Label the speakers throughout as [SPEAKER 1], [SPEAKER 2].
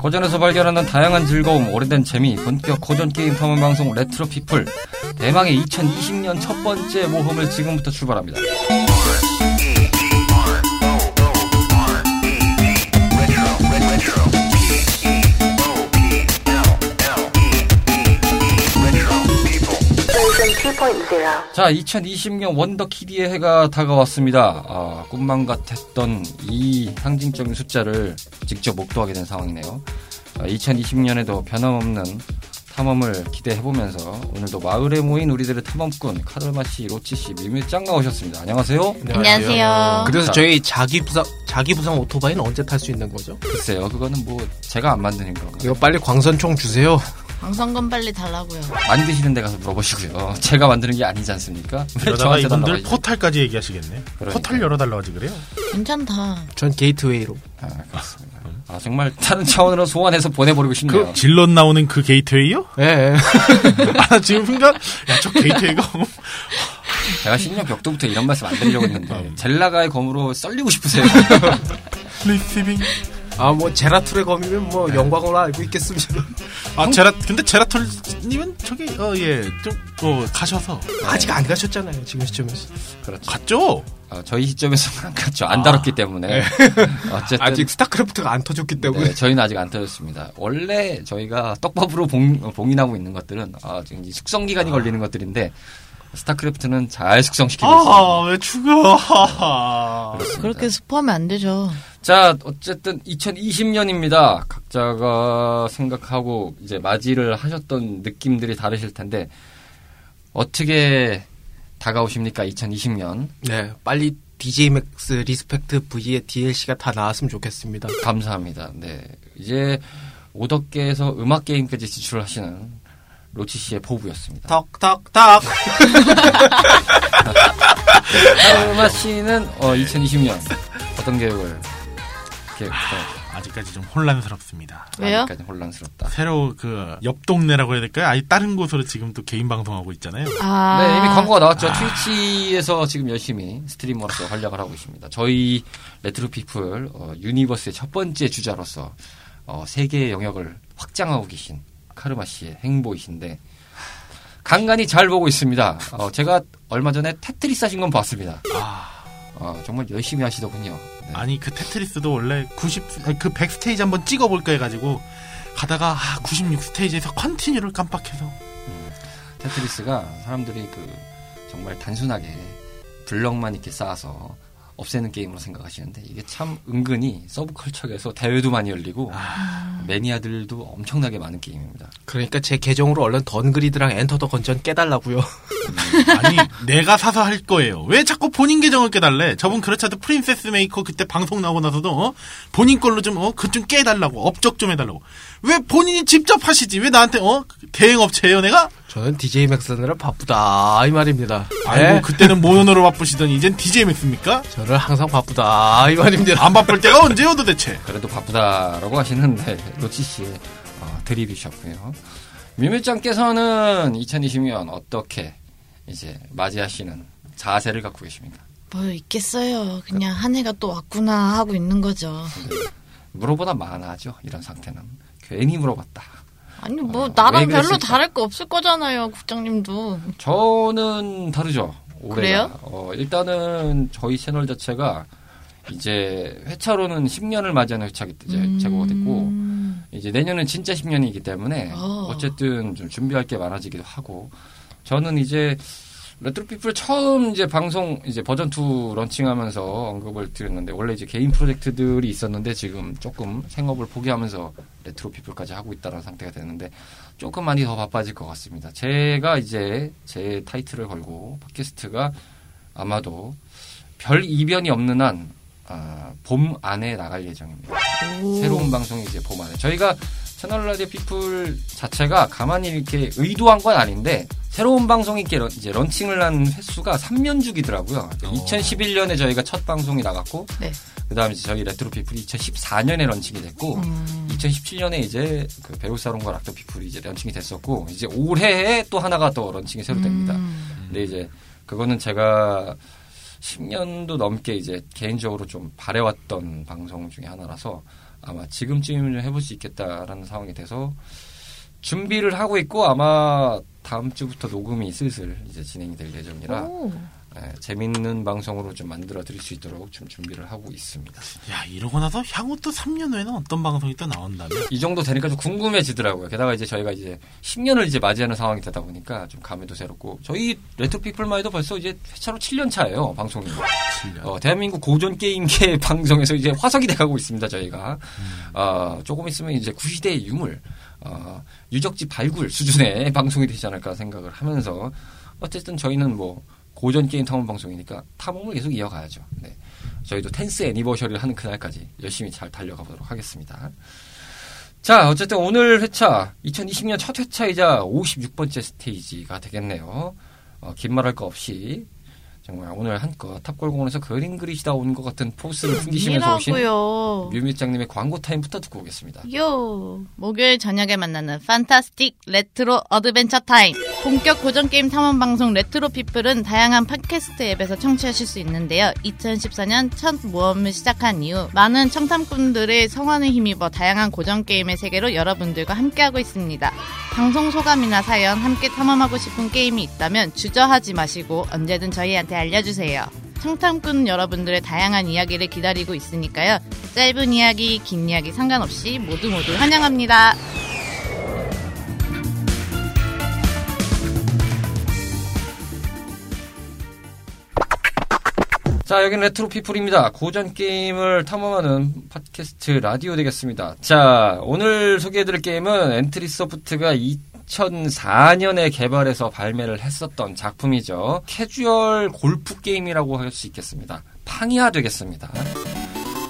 [SPEAKER 1] 고전에서 발견하는 다양한 즐거움, 오래된 재미, 본격 고전 게임 탐험 방송 레트로 피플 대망의 2020년 첫 번째 모험을 지금부터 출발합니다. 자, 2020년 원더키디의 해가 다가왔습니다. 아, 꿈만 같았던 이 상징적인 숫자를 직접 목도하게 된 아, 상황이네요. 2020년에도 변함없는 탐험을 기대해보면서 오늘도 마을에 모인 우리들의 탐험꾼 카돌마 씨, 로치 씨, 밀밀 짱 나오셨습니다. 안녕하세요.
[SPEAKER 2] 안녕하세요.
[SPEAKER 3] 그래서
[SPEAKER 1] 자.
[SPEAKER 3] 저희 자기 부상 자기 부상 오토바이는 언제 탈 수 있는 거죠?
[SPEAKER 1] 글쎄요, 그거는 뭐 제가 안 만드는 건가요?
[SPEAKER 3] 이거 빨리 광선총 주세요.
[SPEAKER 2] 방송건 빨리 달라고요.
[SPEAKER 1] 만드시는 데 가서 물어보시고요. 제가 만드는 게 아니지 않습니까? 왜
[SPEAKER 4] 이러다가
[SPEAKER 1] 저한테
[SPEAKER 4] 이분들
[SPEAKER 1] 달라고
[SPEAKER 4] 포탈까지 얘기하시겠네. 포탈 열어달라고 하지 그래요?
[SPEAKER 2] 괜찮다.
[SPEAKER 3] 전 게이트웨이로.
[SPEAKER 1] 아, 그렇습니다. 아, 정말 다른 차원으로 소환해서 보내버리고 싶네요.
[SPEAKER 4] 그 질럿 나오는 그 게이트웨이요?
[SPEAKER 3] 예. 예.
[SPEAKER 4] 아 지금 순간 야저 게이트웨이가
[SPEAKER 1] 제가 10년 격도부터 이런 말씀 안 드리려고
[SPEAKER 4] 음.
[SPEAKER 1] 했는데 젤라가의 검으로 썰리고 싶으세요?
[SPEAKER 4] 리티빙.
[SPEAKER 3] 아 뭐 제라툴의 검이면 뭐
[SPEAKER 1] 네.
[SPEAKER 3] 영광으로 알고 있겠습니다.
[SPEAKER 4] 아 제라 근데 제라톨님은 저기 어, 예, 어예좀어 가셔서
[SPEAKER 3] 아직 안 가셨잖아요 지금 시점에서.
[SPEAKER 1] 그렇죠.
[SPEAKER 4] 갔죠.
[SPEAKER 1] 어, 저희 시점에서는 안 갔죠. 안 다뤘기
[SPEAKER 4] 아, 네.
[SPEAKER 1] 때문에 어쨌든
[SPEAKER 3] 아직 스타크래프트가 안 터졌기 때문에.
[SPEAKER 1] 네, 저희는 아직 안 터졌습니다. 원래 저희가 떡밥으로 봉, 어, 봉인하고 있는 것들은 아, 지금 이제 숙성 기간이 걸리는 것들인데 스타크래프트는 잘 숙성시키고 있습니다.
[SPEAKER 4] 아왜 죽어?
[SPEAKER 2] 그렇게 스포하면 안 되죠.
[SPEAKER 1] 자, 어쨌든 2020년입니다. 각자가 생각하고 이제 맞이를 하셨던 느낌들이 다르실 텐데 어떻게 다가오십니까? 2020년
[SPEAKER 3] 네. 빨리 DJ Max 리스펙트 V의 DLC가 다 나왔으면 좋겠습니다.
[SPEAKER 1] 감사합니다. 네. 이제 오덕계에서 음악 게임까지 지출하시는 로치 씨의 포부였습니다.
[SPEAKER 3] 턱턱턱.
[SPEAKER 1] 하루마 씨는 어, 2020년 어떤 계획을 계획했어요?
[SPEAKER 4] 아직까지 좀 혼란스럽습니다.
[SPEAKER 2] 왜요?
[SPEAKER 1] 아직까지 혼란스럽다.
[SPEAKER 4] 새로 그 옆 동네라고 해야 될까요? 아예 다른 곳으로 지금 또 개인 방송하고 있잖아요.
[SPEAKER 2] 아.
[SPEAKER 1] 네, 이미 광고가 나왔죠. 트위치에서 지금 열심히 스트리머로서 활약을 하고 있습니다. 저희 레트로 피플 어, 유니버스의 첫 번째 주자로서 어, 세계의 영역을 확장하고 계신 카르마 씨의 행보이신데 간간히 잘 보고 있습니다. 어, 제가 얼마 전에 테트리스 하신 건 봤습니다. 어, 정말 열심히 하시더군요. 네.
[SPEAKER 4] 아니 그 테트리스도 원래 90그100 스테이지 한번 찍어볼까 해가지고 가다가 아, 96 스테이지에서 컨티뉴를 깜빡해서
[SPEAKER 1] 테트리스가 사람들이 그 정말 단순하게 블럭만 이렇게 쌓아서 없애는 게임으로 생각하시는데 이게 참 은근히 서브컬처에서 대회도 많이 열리고 매니아들도 엄청나게 많은 게임입니다.
[SPEAKER 3] 그러니까 제 계정으로 얼른 던그리드랑 엔터 더 건전 깨달라고요.
[SPEAKER 4] 아니 내가 사서 할 거예요. 왜 자꾸 본인 계정을 깨달래? 저분 그렇잖아도 프린세스 메이커 그때 방송 나오고 나서도 어? 본인 걸로 좀어그좀 깨달라고 업적 좀 해달라고 왜 본인이 직접 하시지? 왜 나한테 어 대행 업체예요 내가?
[SPEAKER 3] 저는 DJ Max 하느라 바쁘다 이 말입니다.
[SPEAKER 4] 아이고
[SPEAKER 3] 네?
[SPEAKER 4] 뭐 그때는 모논으로 바쁘시더니 이젠 DJ 맥스입니까?
[SPEAKER 3] 저는 항상 바쁘다 이 말입니다.
[SPEAKER 4] 안 바쁠 때가 언제요 도대체?
[SPEAKER 1] 그래도 바쁘다라고 하시는데 로치 씨의 어, 드립이셨고요. 미밀짱께서는 2020년 어떻게 이제 맞이하시는 자세를 갖고 계십니까?
[SPEAKER 2] 뭐 있겠어요. 그냥 한 해가 또 왔구나 하고 있는 거죠.
[SPEAKER 1] 물어보다 많아죠. 이런 상태는 괜히 물어봤다.
[SPEAKER 2] 아니
[SPEAKER 1] 어,
[SPEAKER 2] 뭐
[SPEAKER 1] 왜
[SPEAKER 2] 나랑 별로
[SPEAKER 1] 그랬을까?
[SPEAKER 2] 다를 거 없을 거잖아요, 국장님도.
[SPEAKER 1] 저는 다르죠. 올해가.
[SPEAKER 2] 그래요?
[SPEAKER 1] 어, 일단은 저희 채널 자체가 이제 회차로는 10년을 맞이하는 회차기 이제 제공이 뭐 됐고
[SPEAKER 2] 음,
[SPEAKER 1] 이제 내년은 진짜 10년이기 때문에
[SPEAKER 2] 어.
[SPEAKER 1] 어. 쨌든좀 준비할 게 많아지기도 하고 저는 이제 레트로피플 처음 이제 방송 이제 버전 2 런칭하면서 언급을 드렸는데 원래 이제 개인 프로젝트들이 있었는데 지금 조금 생업을 포기하면서 레트로피플까지 하고 있다는 상태가 되는데 조금 많이 더 바빠질 것 같습니다. 제가 이제 제 타이틀을 걸고 팟캐스트가 아마도 별 이변이 없는 한 아, 봄 안에 나갈 예정입니다.
[SPEAKER 2] 오.
[SPEAKER 1] 새로운 방송이 이제 봄 안에 저희가 채널 라디오 피플 자체가 가만히 이렇게 의도한 건 아닌데 새로운 방송이 이렇게 런- 이제 런칭을 한 횟수가 3년 주기더라고요.
[SPEAKER 2] 어.
[SPEAKER 1] 2011년에 저희가 첫 방송이 나갔고
[SPEAKER 2] 네.
[SPEAKER 1] 그다음에 이제 저희 레트로 피플이 2014년에 런칭이 됐고
[SPEAKER 2] 음.
[SPEAKER 1] 2017년에 이제 그 배우 사롱과 락터 피플이 이제 런칭이 됐었고 이제 올해에 또 하나가 더 런칭이 새로 됩니다.
[SPEAKER 2] 음.
[SPEAKER 1] 근데 이제 그거는 제가 10년도 넘게 이제 개인적으로 좀 바래왔던 방송 중에 하나라서 아마 지금쯤이면 해볼 수 있겠다라는 상황이 돼서 준비를 하고 있고 아마 다음 주부터 녹음이 슬슬 이제 진행이 될 예정이라
[SPEAKER 2] 오.
[SPEAKER 1] 예, 재밌는 방송으로 좀 만들어 드릴 수 있도록 좀 준비를 하고 있습니다.
[SPEAKER 4] 야 이러고 나서 향후 또 3년 후에는 어떤 방송이 또 나온다면
[SPEAKER 1] 이 정도 되니까 좀 궁금해지더라고요. 게다가 이제 저희가 이제 10년을 이제 맞이하는 상황이 되다 보니까 좀 감회도 새롭고 저희 레트로 피플만 해도 벌써 이제 회차로 7년 차예요 방송이.
[SPEAKER 4] 7년.
[SPEAKER 1] 어, 대한민국 고전 게임계 방송에서 이제 화석이 돼가고 있습니다 저희가. 어, 조금 있으면 이제 구시대의 유물, 어, 유적지 발굴 수준의 방송이 되지 않을까 생각을 하면서 어쨌든 저희는 뭐 고전 게임 탐험 방송이니까 탐험을 계속 이어가야죠. 네. 저희도 텐스 애니버셔리를 하는 그날까지 열심히 잘 달려가 보도록 하겠습니다. 자, 어쨌든 오늘 회차 2020년 첫 회차이자 56번째 스테이지가 되겠네요. 어, 긴 말할 거 없이 정말 오늘 한껏 탑골공원에서 그림 그리시다 온 것 같은 포스를 풍기시면서 오신
[SPEAKER 2] 음, 미라고요.
[SPEAKER 1] 뮤미짱님의 광고 타임부터 듣고 오겠습니다.
[SPEAKER 2] 요 목요일 저녁에 만나는 판타스틱 레트로 어드벤처 타임 본격 고전 게임 탐험 방송 레트로 피플은 다양한 팟캐스트 앱에서 청취하실 수 있는데요. 2014년 첫 모험을 시작한 이후 많은 청탐꾼들의 성원에 힘입어 다양한 고전 게임의 세계로 여러분들과 함께하고 있습니다. 방송 소감이나 사연 함께 탐험하고 싶은 게임이 있다면 주저하지 마시고 언제든 저희한테 알려주세요. 청탐꾼 여러분들의 다양한 이야기를 기다리고 있으니까요. 짧은 이야기, 긴 이야기 상관없이 모두 모두 환영합니다.
[SPEAKER 1] 자, 여기는 레트로 피플입니다. 고전 게임을 탐험하는 팟캐스트 라디오 되겠습니다. 자, 오늘 소개해드릴 게임은 엔트리 소프트가 2004년에 개발해서 발매를 했었던 작품이죠. 캐주얼 골프 게임이라고 할 수 있겠습니다. 팡이하 되겠습니다.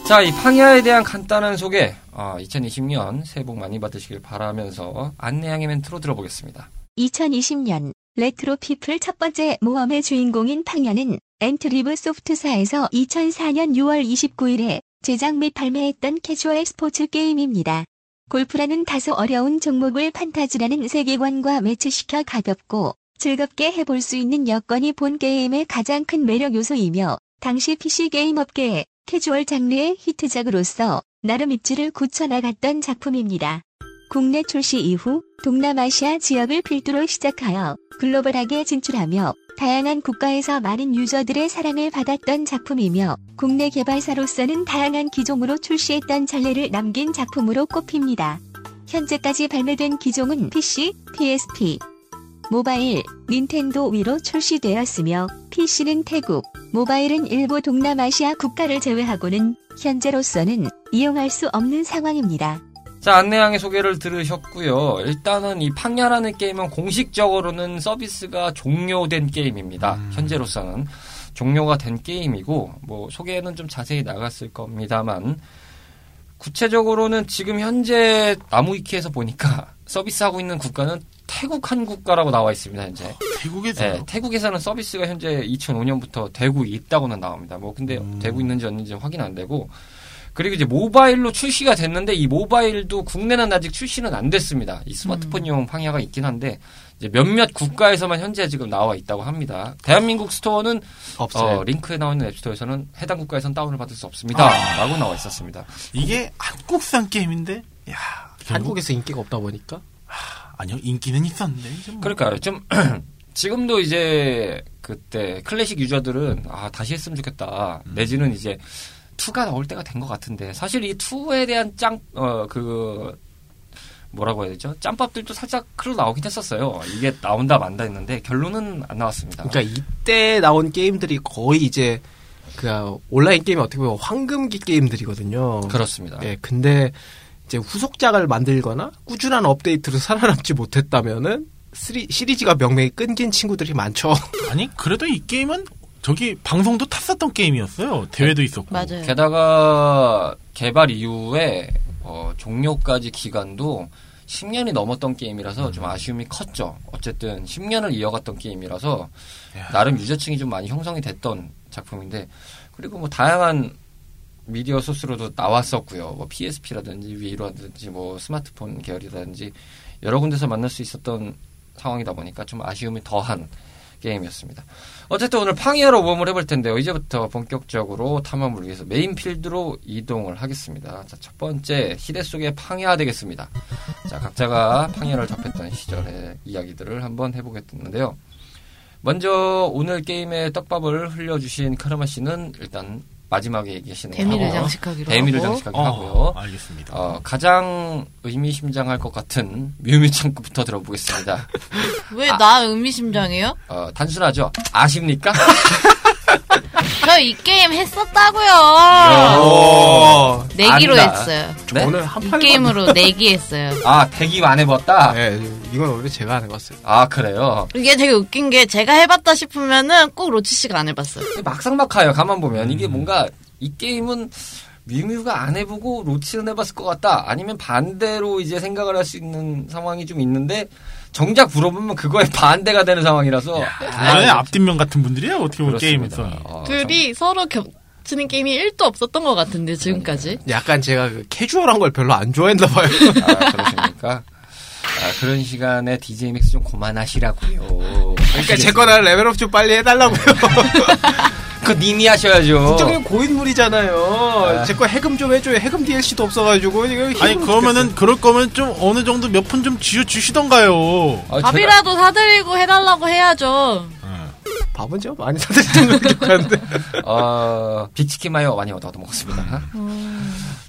[SPEAKER 1] 자, 이 팡이하에 대한 간단한 소개, 2020년 새해 복 많이 받으시길 바라면서 안내양의 멘트로 들어보겠습니다.
[SPEAKER 5] 2020년 레트로 피플 첫 번째 모험의 주인공인 팡야는 엔트리브 소프트사에서 2004년 6월 29일에 제작 및 발매했던 캐주얼 스포츠 게임입니다. 골프라는 다소 어려운 종목을 판타지라는 세계관과 매치시켜 가볍고 즐겁게 해볼 수 있는 여건이 본 게임의 가장 큰 매력 요소이며 당시 PC 게임 업계의 캐주얼 장르의 히트작으로서 나름 입지를 굳혀나갔던 작품입니다. 국내 출시 이후 동남아시아 지역을 필두로 시작하여 글로벌하게 진출하며 다양한 국가에서 많은 유저들의 사랑을 받았던 작품이며 국내 개발사로서는 다양한 기종으로 출시했던 전례를 남긴 작품으로 꼽힙니다. 현재까지 발매된 기종은 PC, PSP, 모바일, 닌텐도 위로 출시되었으며 PC는 태국, 모바일은 일부 동남아시아 국가를 제외하고는 현재로서는 이용할 수 없는 상황입니다.
[SPEAKER 1] 자, 안내양의 소개를 들으셨고요. 일단은 이 팡야라는 게임은 공식적으로는 서비스가 종료된 게임입니다. 현재로서는 종료가 된 게임이고 뭐 소개는 좀 자세히 나갔을 겁니다만 구체적으로는 지금 현재 나무위키에서 보니까 서비스하고 있는 국가는 태국 한 국가라고 나와 있습니다. 현재.
[SPEAKER 4] 태국에서요.
[SPEAKER 1] 네, 태국에서는 서비스가 현재 2005년부터 되고 있다고는 나옵니다. 뭐 근데
[SPEAKER 4] 음.
[SPEAKER 1] 되고 있는지 없는지 확인 안 되고 그리고 이제 모바일로 출시가 됐는데 이 모바일도 국내는 아직 출시는 안 됐습니다. 이
[SPEAKER 3] 음.
[SPEAKER 1] 스마트폰용 황야가 있긴 한데 이제 몇몇 국가에서만 현재 지금 나와 있다고 합니다. 대한민국 스토어는
[SPEAKER 3] 없어요.
[SPEAKER 1] 어, 링크에 나와 있는 앱스토어에서는 해당 국가에선 다운을 받을 수
[SPEAKER 3] 아.
[SPEAKER 1] 없습니다라고 나와 있었습니다.
[SPEAKER 4] 이게 한국산 게임인데 야 결국-
[SPEAKER 3] 한국에서 인기가 없다 보니까
[SPEAKER 4] 아니요 인기는 있었는데 이제 뭐.
[SPEAKER 1] 그러니까요. 좀 지금도 이제 그때 클래식 유저들은 아 다시 했으면 좋겠다.
[SPEAKER 3] 음.
[SPEAKER 1] 내지는 이제 2가 나올 때가 된 것 같은데 사실 이 2에 대한 짱 어 그 뭐라고 해야 되죠? 짬밥들도 살짝 흘러 나오긴 했었어요. 이게 나온다 만다 했는데 결론은 안 나왔습니다.
[SPEAKER 3] 그러니까 이때 나온 게임들이 거의 이제 그 온라인 게임이 어떻게 보면 황금기 게임들이거든요.
[SPEAKER 1] 그렇습니다.
[SPEAKER 3] 예, 근데 이제 후속작을 만들거나 꾸준한 업데이트로 살아남지 못했다면은 쓰리- 시리즈가 명맥이 끊긴 친구들이 많죠.
[SPEAKER 4] 아니 그래도 이 게임은 저기 방송도 탔었던 게임이었어요 대회도 있었고
[SPEAKER 2] 맞아요.
[SPEAKER 1] 게다가 개발 이후에 어, 종료까지 기간도 10년이 넘었던 게임이라서
[SPEAKER 3] 음.
[SPEAKER 1] 좀 아쉬움이 컸죠. 어쨌든 10년을 이어갔던 게임이라서
[SPEAKER 4] 야.
[SPEAKER 1] 나름 유저층이 좀 많이 형성이 됐던 작품인데 그리고 뭐 다양한 미디어 소스로도 나왔었고요. 뭐 PSP라든지 위로라든지 뭐 스마트폰 계열이라든지 여러 군데서 만날 수 있었던 상황이다 보니까 좀 아쉬움이 더한 게임이었습니다. 어쨌든 오늘 팡이하러 모험을 해볼 텐데요. 이제부터 본격적으로 탐험을 위해서 메인 필드로 이동을 하겠습니다. 자, 첫 번째 시대 속의 팡이화 되겠습니다. 자, 각자가 팡이화를 접했던 시절의 이야기들을 한번 해보겠는데요. 먼저 오늘 게임에 떡밥을 흘려주신 카르마 씨는 일단 마지막에 얘기하시는
[SPEAKER 2] 대미를
[SPEAKER 1] 거고요.
[SPEAKER 2] 장식하기로
[SPEAKER 1] 대미를
[SPEAKER 2] 하고
[SPEAKER 1] 어? 장식하기로
[SPEAKER 4] 어.
[SPEAKER 1] 하고요.
[SPEAKER 4] 알겠습니다.
[SPEAKER 1] 어, 가장 의미심장할 것 같은 뮤미창구부터 들어보겠습니다. 아.
[SPEAKER 2] 왜 나 의미심장해요?
[SPEAKER 1] 어, 단순하죠? 아십니까?
[SPEAKER 2] 저 이 게임 했었다고요.
[SPEAKER 3] 어,
[SPEAKER 2] 내기로
[SPEAKER 1] 안다.
[SPEAKER 2] 했어요.
[SPEAKER 1] 네?
[SPEAKER 3] 오늘 한
[SPEAKER 2] 이
[SPEAKER 3] 판을
[SPEAKER 2] 게임으로 내기했어요.
[SPEAKER 1] 아, 대기 안 해봤다?
[SPEAKER 3] 봤- 예, 이건 원래 제가 안 해봤어요.
[SPEAKER 1] 아, 그래요?
[SPEAKER 2] 이게 되게 웃긴 게 제가 해봤다 싶으면은 꼭 로치 씨가 안 해봤어요.
[SPEAKER 1] 막상막하요, 가만 보면. 이게 뭔가, 이 게임은 뮤뮤가 안 해보고 로치는 해봤을 것 같다. 아니면 반대로 이제 생각을 할 수 있는 상황이 좀 있는데, 정작 물어보면 그거에 반대가 되는 상황이라서. 네,
[SPEAKER 4] 나라의 아, 앞뒷면 같은 분들이에요. 어떻게 보면
[SPEAKER 1] 그렇습니다.
[SPEAKER 4] 게임에서.
[SPEAKER 1] 어,
[SPEAKER 2] 둘이 서로 겹치는 게임이 1도 없었던 것 같은데 지금까지.
[SPEAKER 1] 어,
[SPEAKER 3] 약간 제가 그 캐주얼한 걸 별로 안 좋아했나 봐요.
[SPEAKER 1] 아, 그러십니까? 아, 그런 시간에 DJ 맥스 좀 그만하시라고요.
[SPEAKER 3] 그러니까 제 거나 레벨업 좀 빨리 해달라고요.
[SPEAKER 1] 그 님이 하셔야죠.
[SPEAKER 3] 이쪽에 고인물이잖아요.
[SPEAKER 1] 아.
[SPEAKER 3] 제 거 해금 좀 해줘요. 해금 DLC도 없어가지고 이거
[SPEAKER 4] 아니
[SPEAKER 3] 힘으로
[SPEAKER 4] 그러면은 그럴 거면 좀 어느 정도 몇 푼 좀 쥐어 주시던가요.
[SPEAKER 1] 아, 제가-
[SPEAKER 2] 밥이라도 사드리고 해달라고 해야죠.
[SPEAKER 3] 죽겠어요. 밥은 좀 많이 사드리는 걸 좋아하는데
[SPEAKER 1] 어, 빅치킨 마요 많이 얻어 먹었습니다.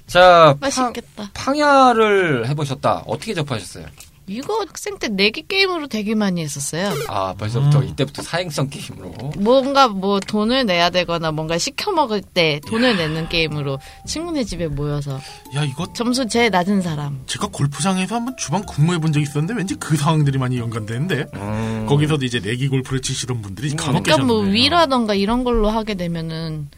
[SPEAKER 1] 자, 팡,
[SPEAKER 2] 음. 맛있겠다.
[SPEAKER 1] 팡야를 해보셨다. 어떻게 접하셨어요?
[SPEAKER 2] 이거 학생 때 내기 게임으로 되게 많이 했었어요.
[SPEAKER 1] 아, 벌써부터
[SPEAKER 4] 음.
[SPEAKER 1] 이때부터 사행성 게임으로.
[SPEAKER 2] 뭔가 뭐 돈을 내야 되거나 뭔가 시켜 먹을 때 돈을 내는 게임으로 친구네 집에 모여서
[SPEAKER 4] 야 이거
[SPEAKER 2] 점수 제일 낮은 사람.
[SPEAKER 4] 제가 골프장에서 한번 주방 근무해 본 적이 있었는데 왠지 그 상황들이 많이 연관되는데
[SPEAKER 1] 음,
[SPEAKER 4] 거기서도 이제 내기 골프를 치시던 분들이 간혹
[SPEAKER 2] 그러니까 뭐
[SPEAKER 4] 계셨는데.
[SPEAKER 2] 위라던가 이런 걸로 하게 되면은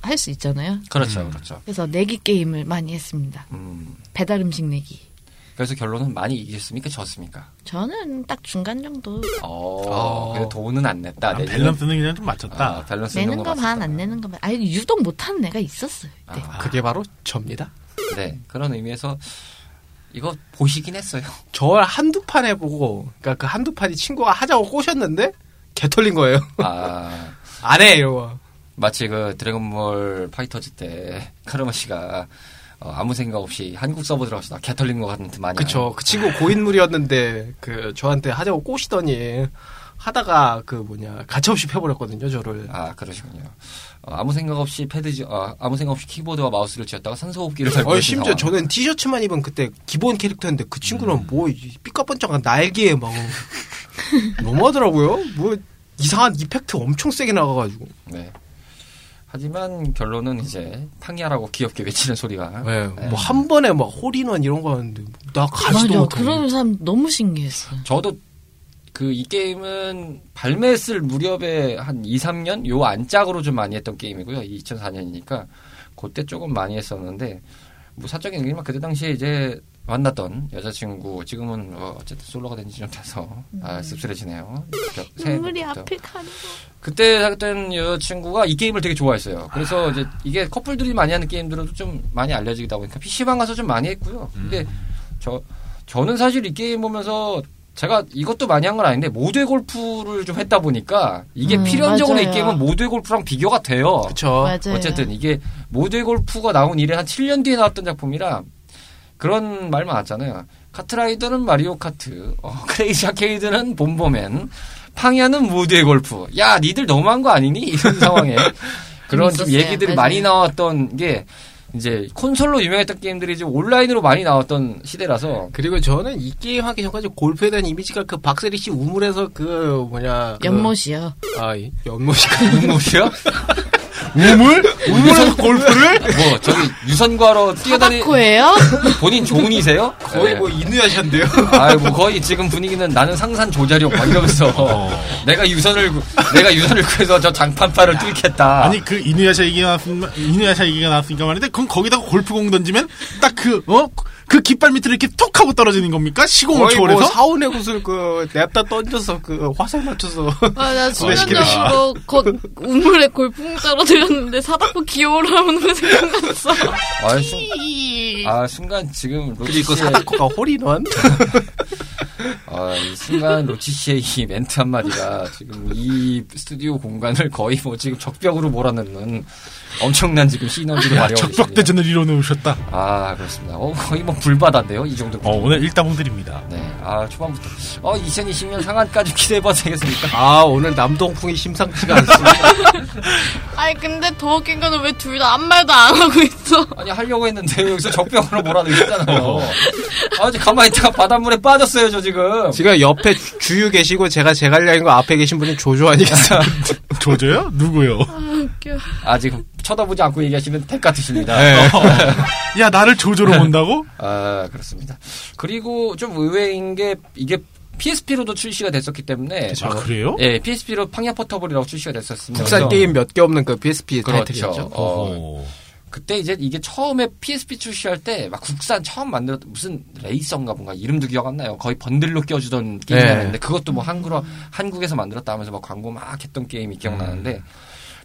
[SPEAKER 2] 할 수 있잖아요.
[SPEAKER 1] 그렇죠, 그렇죠.
[SPEAKER 2] 그래서 내기 게임을 많이 했습니다.
[SPEAKER 1] 음,
[SPEAKER 2] 배달 음식 내기.
[SPEAKER 1] 그래서 결론은 많이 이기셨습니까? 졌습니까?
[SPEAKER 2] 저는 딱 중간 정도.
[SPEAKER 1] 어,
[SPEAKER 3] 어.
[SPEAKER 1] 근데 돈은 안 냈다.
[SPEAKER 4] 아,
[SPEAKER 1] 내기는-
[SPEAKER 4] 밸런스는 그냥 좀 맞췄다.
[SPEAKER 1] 아, 밸런스
[SPEAKER 2] 내는
[SPEAKER 1] 정도
[SPEAKER 2] 거 반,
[SPEAKER 1] 맞췄다.
[SPEAKER 2] 안 내는 거 반. 아, 유독 못하는 애가 있었어요. 그때.
[SPEAKER 1] 아,
[SPEAKER 3] 그게 바로 접니다.
[SPEAKER 1] 네, 그런 의미에서 이거 보시긴 했어요.
[SPEAKER 3] 저 한두 판 해보고 그러니까 그 한두 판이 친구가 하자고 꼬셨는데 개 털린 거예요.
[SPEAKER 1] 아,
[SPEAKER 3] 안 해 이러고
[SPEAKER 1] 마치 그 드래곤볼 파이터즈 때 카르마 씨가 어, 아무 생각 없이 한국 서버 들어가시다 개 털린 것 같은 마냥.
[SPEAKER 3] 그쵸 그 친구 고인물이었는데 그 저한테 하자고 꼬시더니 하다가 그 뭐냐 가차없이 펴버렸거든요 저를
[SPEAKER 1] 아 그러시군요. 어, 아무 생각 없이 패드, 지- 어, 아무 생각 없이 키보드와 마우스를 쥐었다가 산소호흡기를 달고
[SPEAKER 3] 어,
[SPEAKER 1] 계신
[SPEAKER 3] 심지어
[SPEAKER 1] 상황.
[SPEAKER 3] 저는 티셔츠만 입은 그때 기본 캐릭터인데 그
[SPEAKER 4] 음.
[SPEAKER 3] 친구는 뭐이 삐까뻔쩍한 날개에 막 너무하더라고요. 뭐 이상한 이펙트 엄청 세게 나가가지고.
[SPEAKER 1] 네. 하지만 결론은 이제 팡야라고 귀엽게 외치는 소리가. 네.
[SPEAKER 3] 뭐 한 번에 막 홀인원 이런 거 하는데 나 가지도
[SPEAKER 2] 맞아.
[SPEAKER 3] 못하고.
[SPEAKER 2] 그런 사람 너무 신기했어.
[SPEAKER 1] 저도 그 이 게임은 발매했을 무렵에 한 2, 3년 요 안짝으로 좀 많이 했던 게임이고요. 2004년이니까 그때 조금 많이 했었는데 뭐 사적인 의미만 그때 당시에 이제 만났던 여자친구 지금은 어, 어쨌든 솔로가 된 지 좀 돼서 아 씁쓸해지네요. 겨- 새해
[SPEAKER 2] 음. 눈물이
[SPEAKER 1] 때부터.
[SPEAKER 2] 앞을 가는
[SPEAKER 1] 그때 사귀던 여자친구가 이 게임을 되게 좋아했어요. 그래서 이제 이게 커플들이 많이 하는 게임들도 좀 많이 알려지다 보니까 PC방 가서 좀 많이 했고요. 근데 저, 저는 사실 이 게임 보면서 제가 이것도 많이 한 건 아닌데 모두의 골프를 좀 했다 보니까 이게
[SPEAKER 2] 음,
[SPEAKER 1] 필연적으로
[SPEAKER 2] 맞아요.
[SPEAKER 1] 이 게임은 모두의 골프랑 비교가 돼요.
[SPEAKER 3] 그쵸.
[SPEAKER 2] 맞아요.
[SPEAKER 1] 어쨌든 이게 모두의 골프가 나온 이래 한 7년 뒤에 나왔던 작품이라 그런 말 많았잖아요. 카트라이더는 마리오 카트, 어, 크레이지 아케이드는 bomberman, 팡야는 모두의 골프. 야, 니들 너무한 거 아니니? 이런 상황에 그런 좀
[SPEAKER 2] 재밌었어요.
[SPEAKER 1] 얘기들이
[SPEAKER 2] 맞아요.
[SPEAKER 1] 많이 나왔던 게 이제 콘솔로 유명했던 게임들이 이제 온라인으로 많이 나왔던 시대라서
[SPEAKER 3] 그리고 저는 이 게임 하기 전까지 골프에 대한 이미지가 그 박세리 씨 우물에서 그 뭐냐 그-
[SPEAKER 2] 연못이요.
[SPEAKER 3] 아 이- 연못이가
[SPEAKER 1] 눈물이요?
[SPEAKER 4] 우물? 우물에서 골프를?
[SPEAKER 1] 뭐 저기 유선과로 뛰어다니
[SPEAKER 2] 사다코예요?
[SPEAKER 1] 본인 종이세요?
[SPEAKER 3] 거의
[SPEAKER 1] 네.
[SPEAKER 3] 뭐 이누야샤인데요.
[SPEAKER 1] 아이고 거의 지금 분위기는 나는 상산 조자력 막 이러면서
[SPEAKER 4] 어.
[SPEAKER 1] 내가 유선을 구- 내가 유선을 구해서 저 장판파를 뚫겠다.
[SPEAKER 4] 아니 그 이누야샤 얘기가 나왔으니까 이누야샤 얘기가 나왔으니까 말인데 그럼 거기다가 골프공 던지면 딱 그 어? 그 깃발 밑으로 이렇게 톡 하고 떨어지는 겁니까? 시공을
[SPEAKER 3] 거의 뭐
[SPEAKER 4] 초월해서?
[SPEAKER 3] 사원의 구슬 그 냅다 던져서 그 화살 맞춰서
[SPEAKER 2] 아, 나
[SPEAKER 4] 소개시켜줘.
[SPEAKER 2] 순간적으로 곧 우물에 골프공 떨어뜨렸는데 사다코 기어오라는 거 생각났어.
[SPEAKER 1] 아, 순, 아, 순간 지금 로치
[SPEAKER 3] 그리고
[SPEAKER 1] 씨의
[SPEAKER 3] 사다코가 홀인원.
[SPEAKER 1] 아, 이 순간 로치 씨의 이 멘트 한마디가 지금 이 스튜디오 공간을 거의 뭐 지금 적벽으로 몰아넣는 엄청난 지금 시너지를
[SPEAKER 4] 야,
[SPEAKER 1] 발휘하고 계십니다.
[SPEAKER 4] 적벽대전을 이뤄놓으셨다.
[SPEAKER 1] 아, 그렇습니다. 어, 거의 뭐 불바다인데요, 이 정도.
[SPEAKER 4] 어, 오늘 일다봉들입니다.
[SPEAKER 1] 네, 아, 초반부터. 어, 2020년 상한까지 기대해봐도 되겠습니까?
[SPEAKER 3] 아 오늘 남동풍이 심상치가 않습니다.
[SPEAKER 2] 아니 근데 더 웃긴 거는 왜 둘 다 아무 말도 안 하고 있어?
[SPEAKER 1] 아니, 하려고 했는데 여기서 적벽으로
[SPEAKER 3] 어.
[SPEAKER 1] 몰아넣으셨잖아요. 아, 이제 가만히 있다가 바닷물에 빠졌어요, 저 지금.
[SPEAKER 3] 지금 옆에 주- 주유 계시고 제가 제갈량인 거 앞에 계신 분이 조조 아니겠어요? 그렇죠.
[SPEAKER 4] 조조요? 누구요?
[SPEAKER 2] 웃겨.
[SPEAKER 1] 아, 지금 쳐다보지 않고 얘기하시는 팩 같으십니다. 어.
[SPEAKER 3] 네.
[SPEAKER 4] 야, 나를 조조로 본다고?
[SPEAKER 1] 아, 그렇습니다. 그리고 좀 의외인 게 이게 PSP로도 출시가 됐었기 때문에
[SPEAKER 4] 아, 그래요?
[SPEAKER 1] 예, PSP로 팡야 포터블이라고 출시가 됐었습니다.
[SPEAKER 3] 국산 게임 몇 개 없는 그 PSP
[SPEAKER 1] 그렇죠.
[SPEAKER 3] 타이틀이죠.
[SPEAKER 1] 어,
[SPEAKER 4] 어.
[SPEAKER 1] 그때 이제 이게 처음에 PSP 출시할 때 막 국산 처음 만들었 무슨 레이서인가 뭔가 이름도 기억 안 나요. 거의 번들로 껴주던 게임이었는데 그것도 뭐 한국어 한국에서 만들었다 하면서 막 광고 막 했던 게임이 기억나는데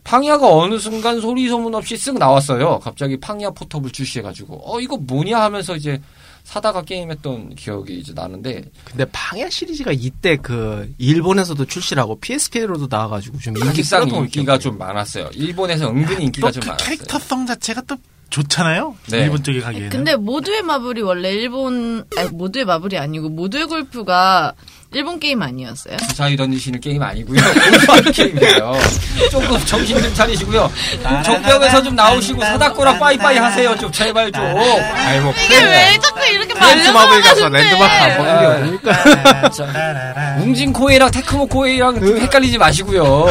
[SPEAKER 1] 팡야가 어느 순간 소리 소문 없이 쓱 나왔어요. 갑자기 팡야 포터블 출시해가지고 어 이거 뭐냐 하면서 이제 사다가 게임했던 기억이 이제 나는데
[SPEAKER 3] 근데 방야 시리즈가 이때 그 일본에서도 출시하고 PSP로도 나와가지고 좀 아, 인기
[SPEAKER 1] 사실상
[SPEAKER 3] 끌어던
[SPEAKER 1] 인기가 좀 많았어요. 일본에서 은근히 인기가
[SPEAKER 4] 또
[SPEAKER 1] 좀
[SPEAKER 4] 그
[SPEAKER 1] 많았어요.
[SPEAKER 4] 캐릭터성 자체가 또 좋잖아요?
[SPEAKER 1] 네.
[SPEAKER 4] 일본 쪽에
[SPEAKER 3] 예.
[SPEAKER 4] 가기에는.
[SPEAKER 2] 근데 모두의 마블이 원래 일본 아니 모두의 마블이 아니고 모두의 골프가 일본 게임 아니었어요?
[SPEAKER 1] 주사위 던지시는 게임 아니고요. 골프하는 게임이에요. 조금 정신 좀 차리시고요. 족병에서 좀 나오시고 사다코랑 빠이빠이 하세요. 좀 제발 좀.
[SPEAKER 3] 아니 뭐
[SPEAKER 2] 이게 왜 자꾸 이렇게
[SPEAKER 3] 랜드마블
[SPEAKER 2] 말려서
[SPEAKER 3] 가서 랜드마블 안 먹는 게 없으니까
[SPEAKER 1] 웅진 코에이랑 테크모 코에이랑 좀 헷갈리지 마시고요.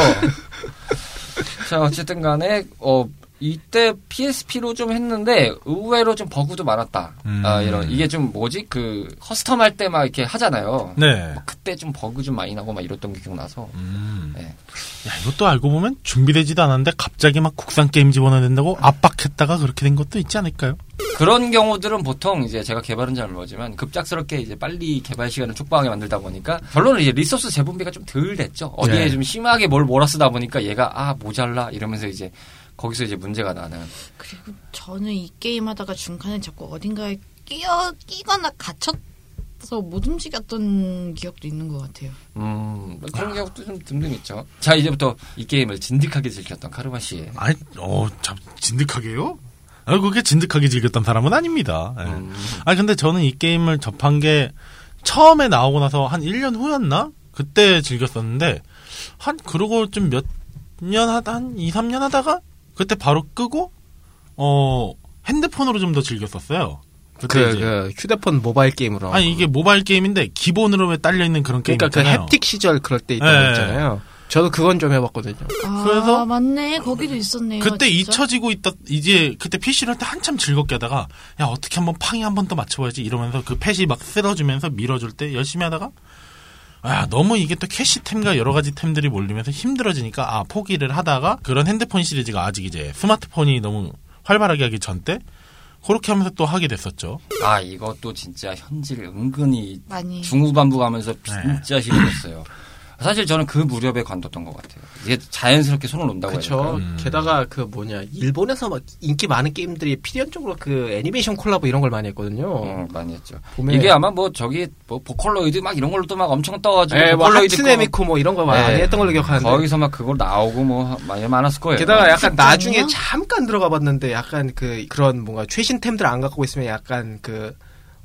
[SPEAKER 1] 자 어쨌든 간에 어 이때 PSP로 좀 했는데 의외로 좀 버그도 많았다.
[SPEAKER 4] 음.
[SPEAKER 1] 아 이런 이게 좀 뭐지 그 커스텀 할 때 막 이렇게 하잖아요.
[SPEAKER 4] 네.
[SPEAKER 1] 그때 좀 버그 좀 많이 나고 막 이랬던 게 기억나서
[SPEAKER 4] 음.
[SPEAKER 1] 네.
[SPEAKER 4] 야, 이것도 알고 보면 준비되지도 않았는데 갑자기 막 국산 게임 집어넣는다고 압박했다가 그렇게 된 것도 있지 않을까요?
[SPEAKER 1] 그런 경우들은 보통 이제 제가 개발은 잘 모르지만 급작스럽게 이제 빨리 개발 시간을 촉박하게 만들다 보니까 결론은 이제 리소스 재분배가 좀 덜 됐죠. 어디에
[SPEAKER 4] 네.
[SPEAKER 1] 좀 심하게 뭘 몰아쓰다 보니까 얘가 아 모자라 이러면서 이제 거기서 이제 문제가 나는
[SPEAKER 2] 그리고 저는 이 게임 하다가 중간에 자꾸 어딘가에 끼어 끼거나 갇혀서 못 움직였던 기억도 있는 것 같아요.
[SPEAKER 1] 음 그런 경우도 좀 듬듬 있죠. 자 이제부터 이 게임을 진득하게 즐겼던 카르마 씨의
[SPEAKER 4] 아니, 어, 참, 진득하게요? 아, 그게 진득하게 즐겼던 사람은 아닙니다. 예.
[SPEAKER 1] 음,
[SPEAKER 4] 아 근데 저는 이 게임을 접한 게 처음에 나오고 나서 한 1년 후였나? 그때 즐겼었는데 한 그러고 좀 몇 년 하다 한 2, 3년 하다가 그때 바로 끄고 어 핸드폰으로 좀 더 즐겼었어요. 그때
[SPEAKER 3] 그,
[SPEAKER 4] 이제
[SPEAKER 3] 그 휴대폰 모바일 게임으로
[SPEAKER 4] 아니 이게 모바일 게임인데 기본으로 왜 딸려 있는 그런 게임
[SPEAKER 3] 그러니까 그
[SPEAKER 4] 있잖아요.
[SPEAKER 3] 햅틱 시절 그럴 때 있던
[SPEAKER 4] 네.
[SPEAKER 3] 거 있잖아요. 저도 그건 좀 해봤거든요.
[SPEAKER 2] 아,
[SPEAKER 4] 그래서
[SPEAKER 2] 맞네 거기도 있었네요.
[SPEAKER 4] 그때
[SPEAKER 2] 진짜.
[SPEAKER 4] 잊혀지고 있다 이제 그때 PC를 할 때 한참 즐겁게 하다가 야 어떻게 한번 팡이 한 번 더 맞춰봐야지 이러면서 그 펫이 막 쓸어주면서 밀어줄 때 열심히 하다가 아 너무 이게 또 캐시템과 여러 가지 템들이 몰리면서 힘들어지니까 아 포기를 하다가 그런 핸드폰 시리즈가 아직 이제 스마트폰이 너무 활발하게 하기 전 때 그렇게 하면서 또 하게 됐었죠.
[SPEAKER 1] 아 이것도 진짜 현질 은근히
[SPEAKER 2] 많이
[SPEAKER 1] 중후반부 가면서 진짜 힘들었어요. 사실 저는 그 무렵에 관뒀던 것 같아요. 이게 자연스럽게 손을 놓는다고 해야
[SPEAKER 3] 그렇죠.
[SPEAKER 1] 될까요?
[SPEAKER 3] 게다가 그 뭐냐 일본에서 막 인기 많은 게임들이 필연적으로 그 애니메이션 콜라보 이런 걸 많이 했거든요.
[SPEAKER 1] 응, 어,
[SPEAKER 4] 예.
[SPEAKER 1] 많이 했죠.
[SPEAKER 3] 봄에-
[SPEAKER 1] 이게 아마 뭐 저기 뭐 보컬로이드 막 이런 걸로 또 막 엄청 떠가지고
[SPEAKER 3] 예, 뭐
[SPEAKER 1] 보컬로이드 거-
[SPEAKER 3] 하츠네미코 뭐 이런 거 많이
[SPEAKER 4] 예.
[SPEAKER 1] 네.
[SPEAKER 3] 했던 걸로 기억하는데.
[SPEAKER 1] 거기서 막 그걸 나오고 뭐 많이 많았을 거예요.
[SPEAKER 3] 게다가 약간
[SPEAKER 2] 진짜요?
[SPEAKER 3] 나중에 잠깐 들어가 봤는데 약간 그 그런 뭔가 최신템들 안 갖고 있으면 약간 그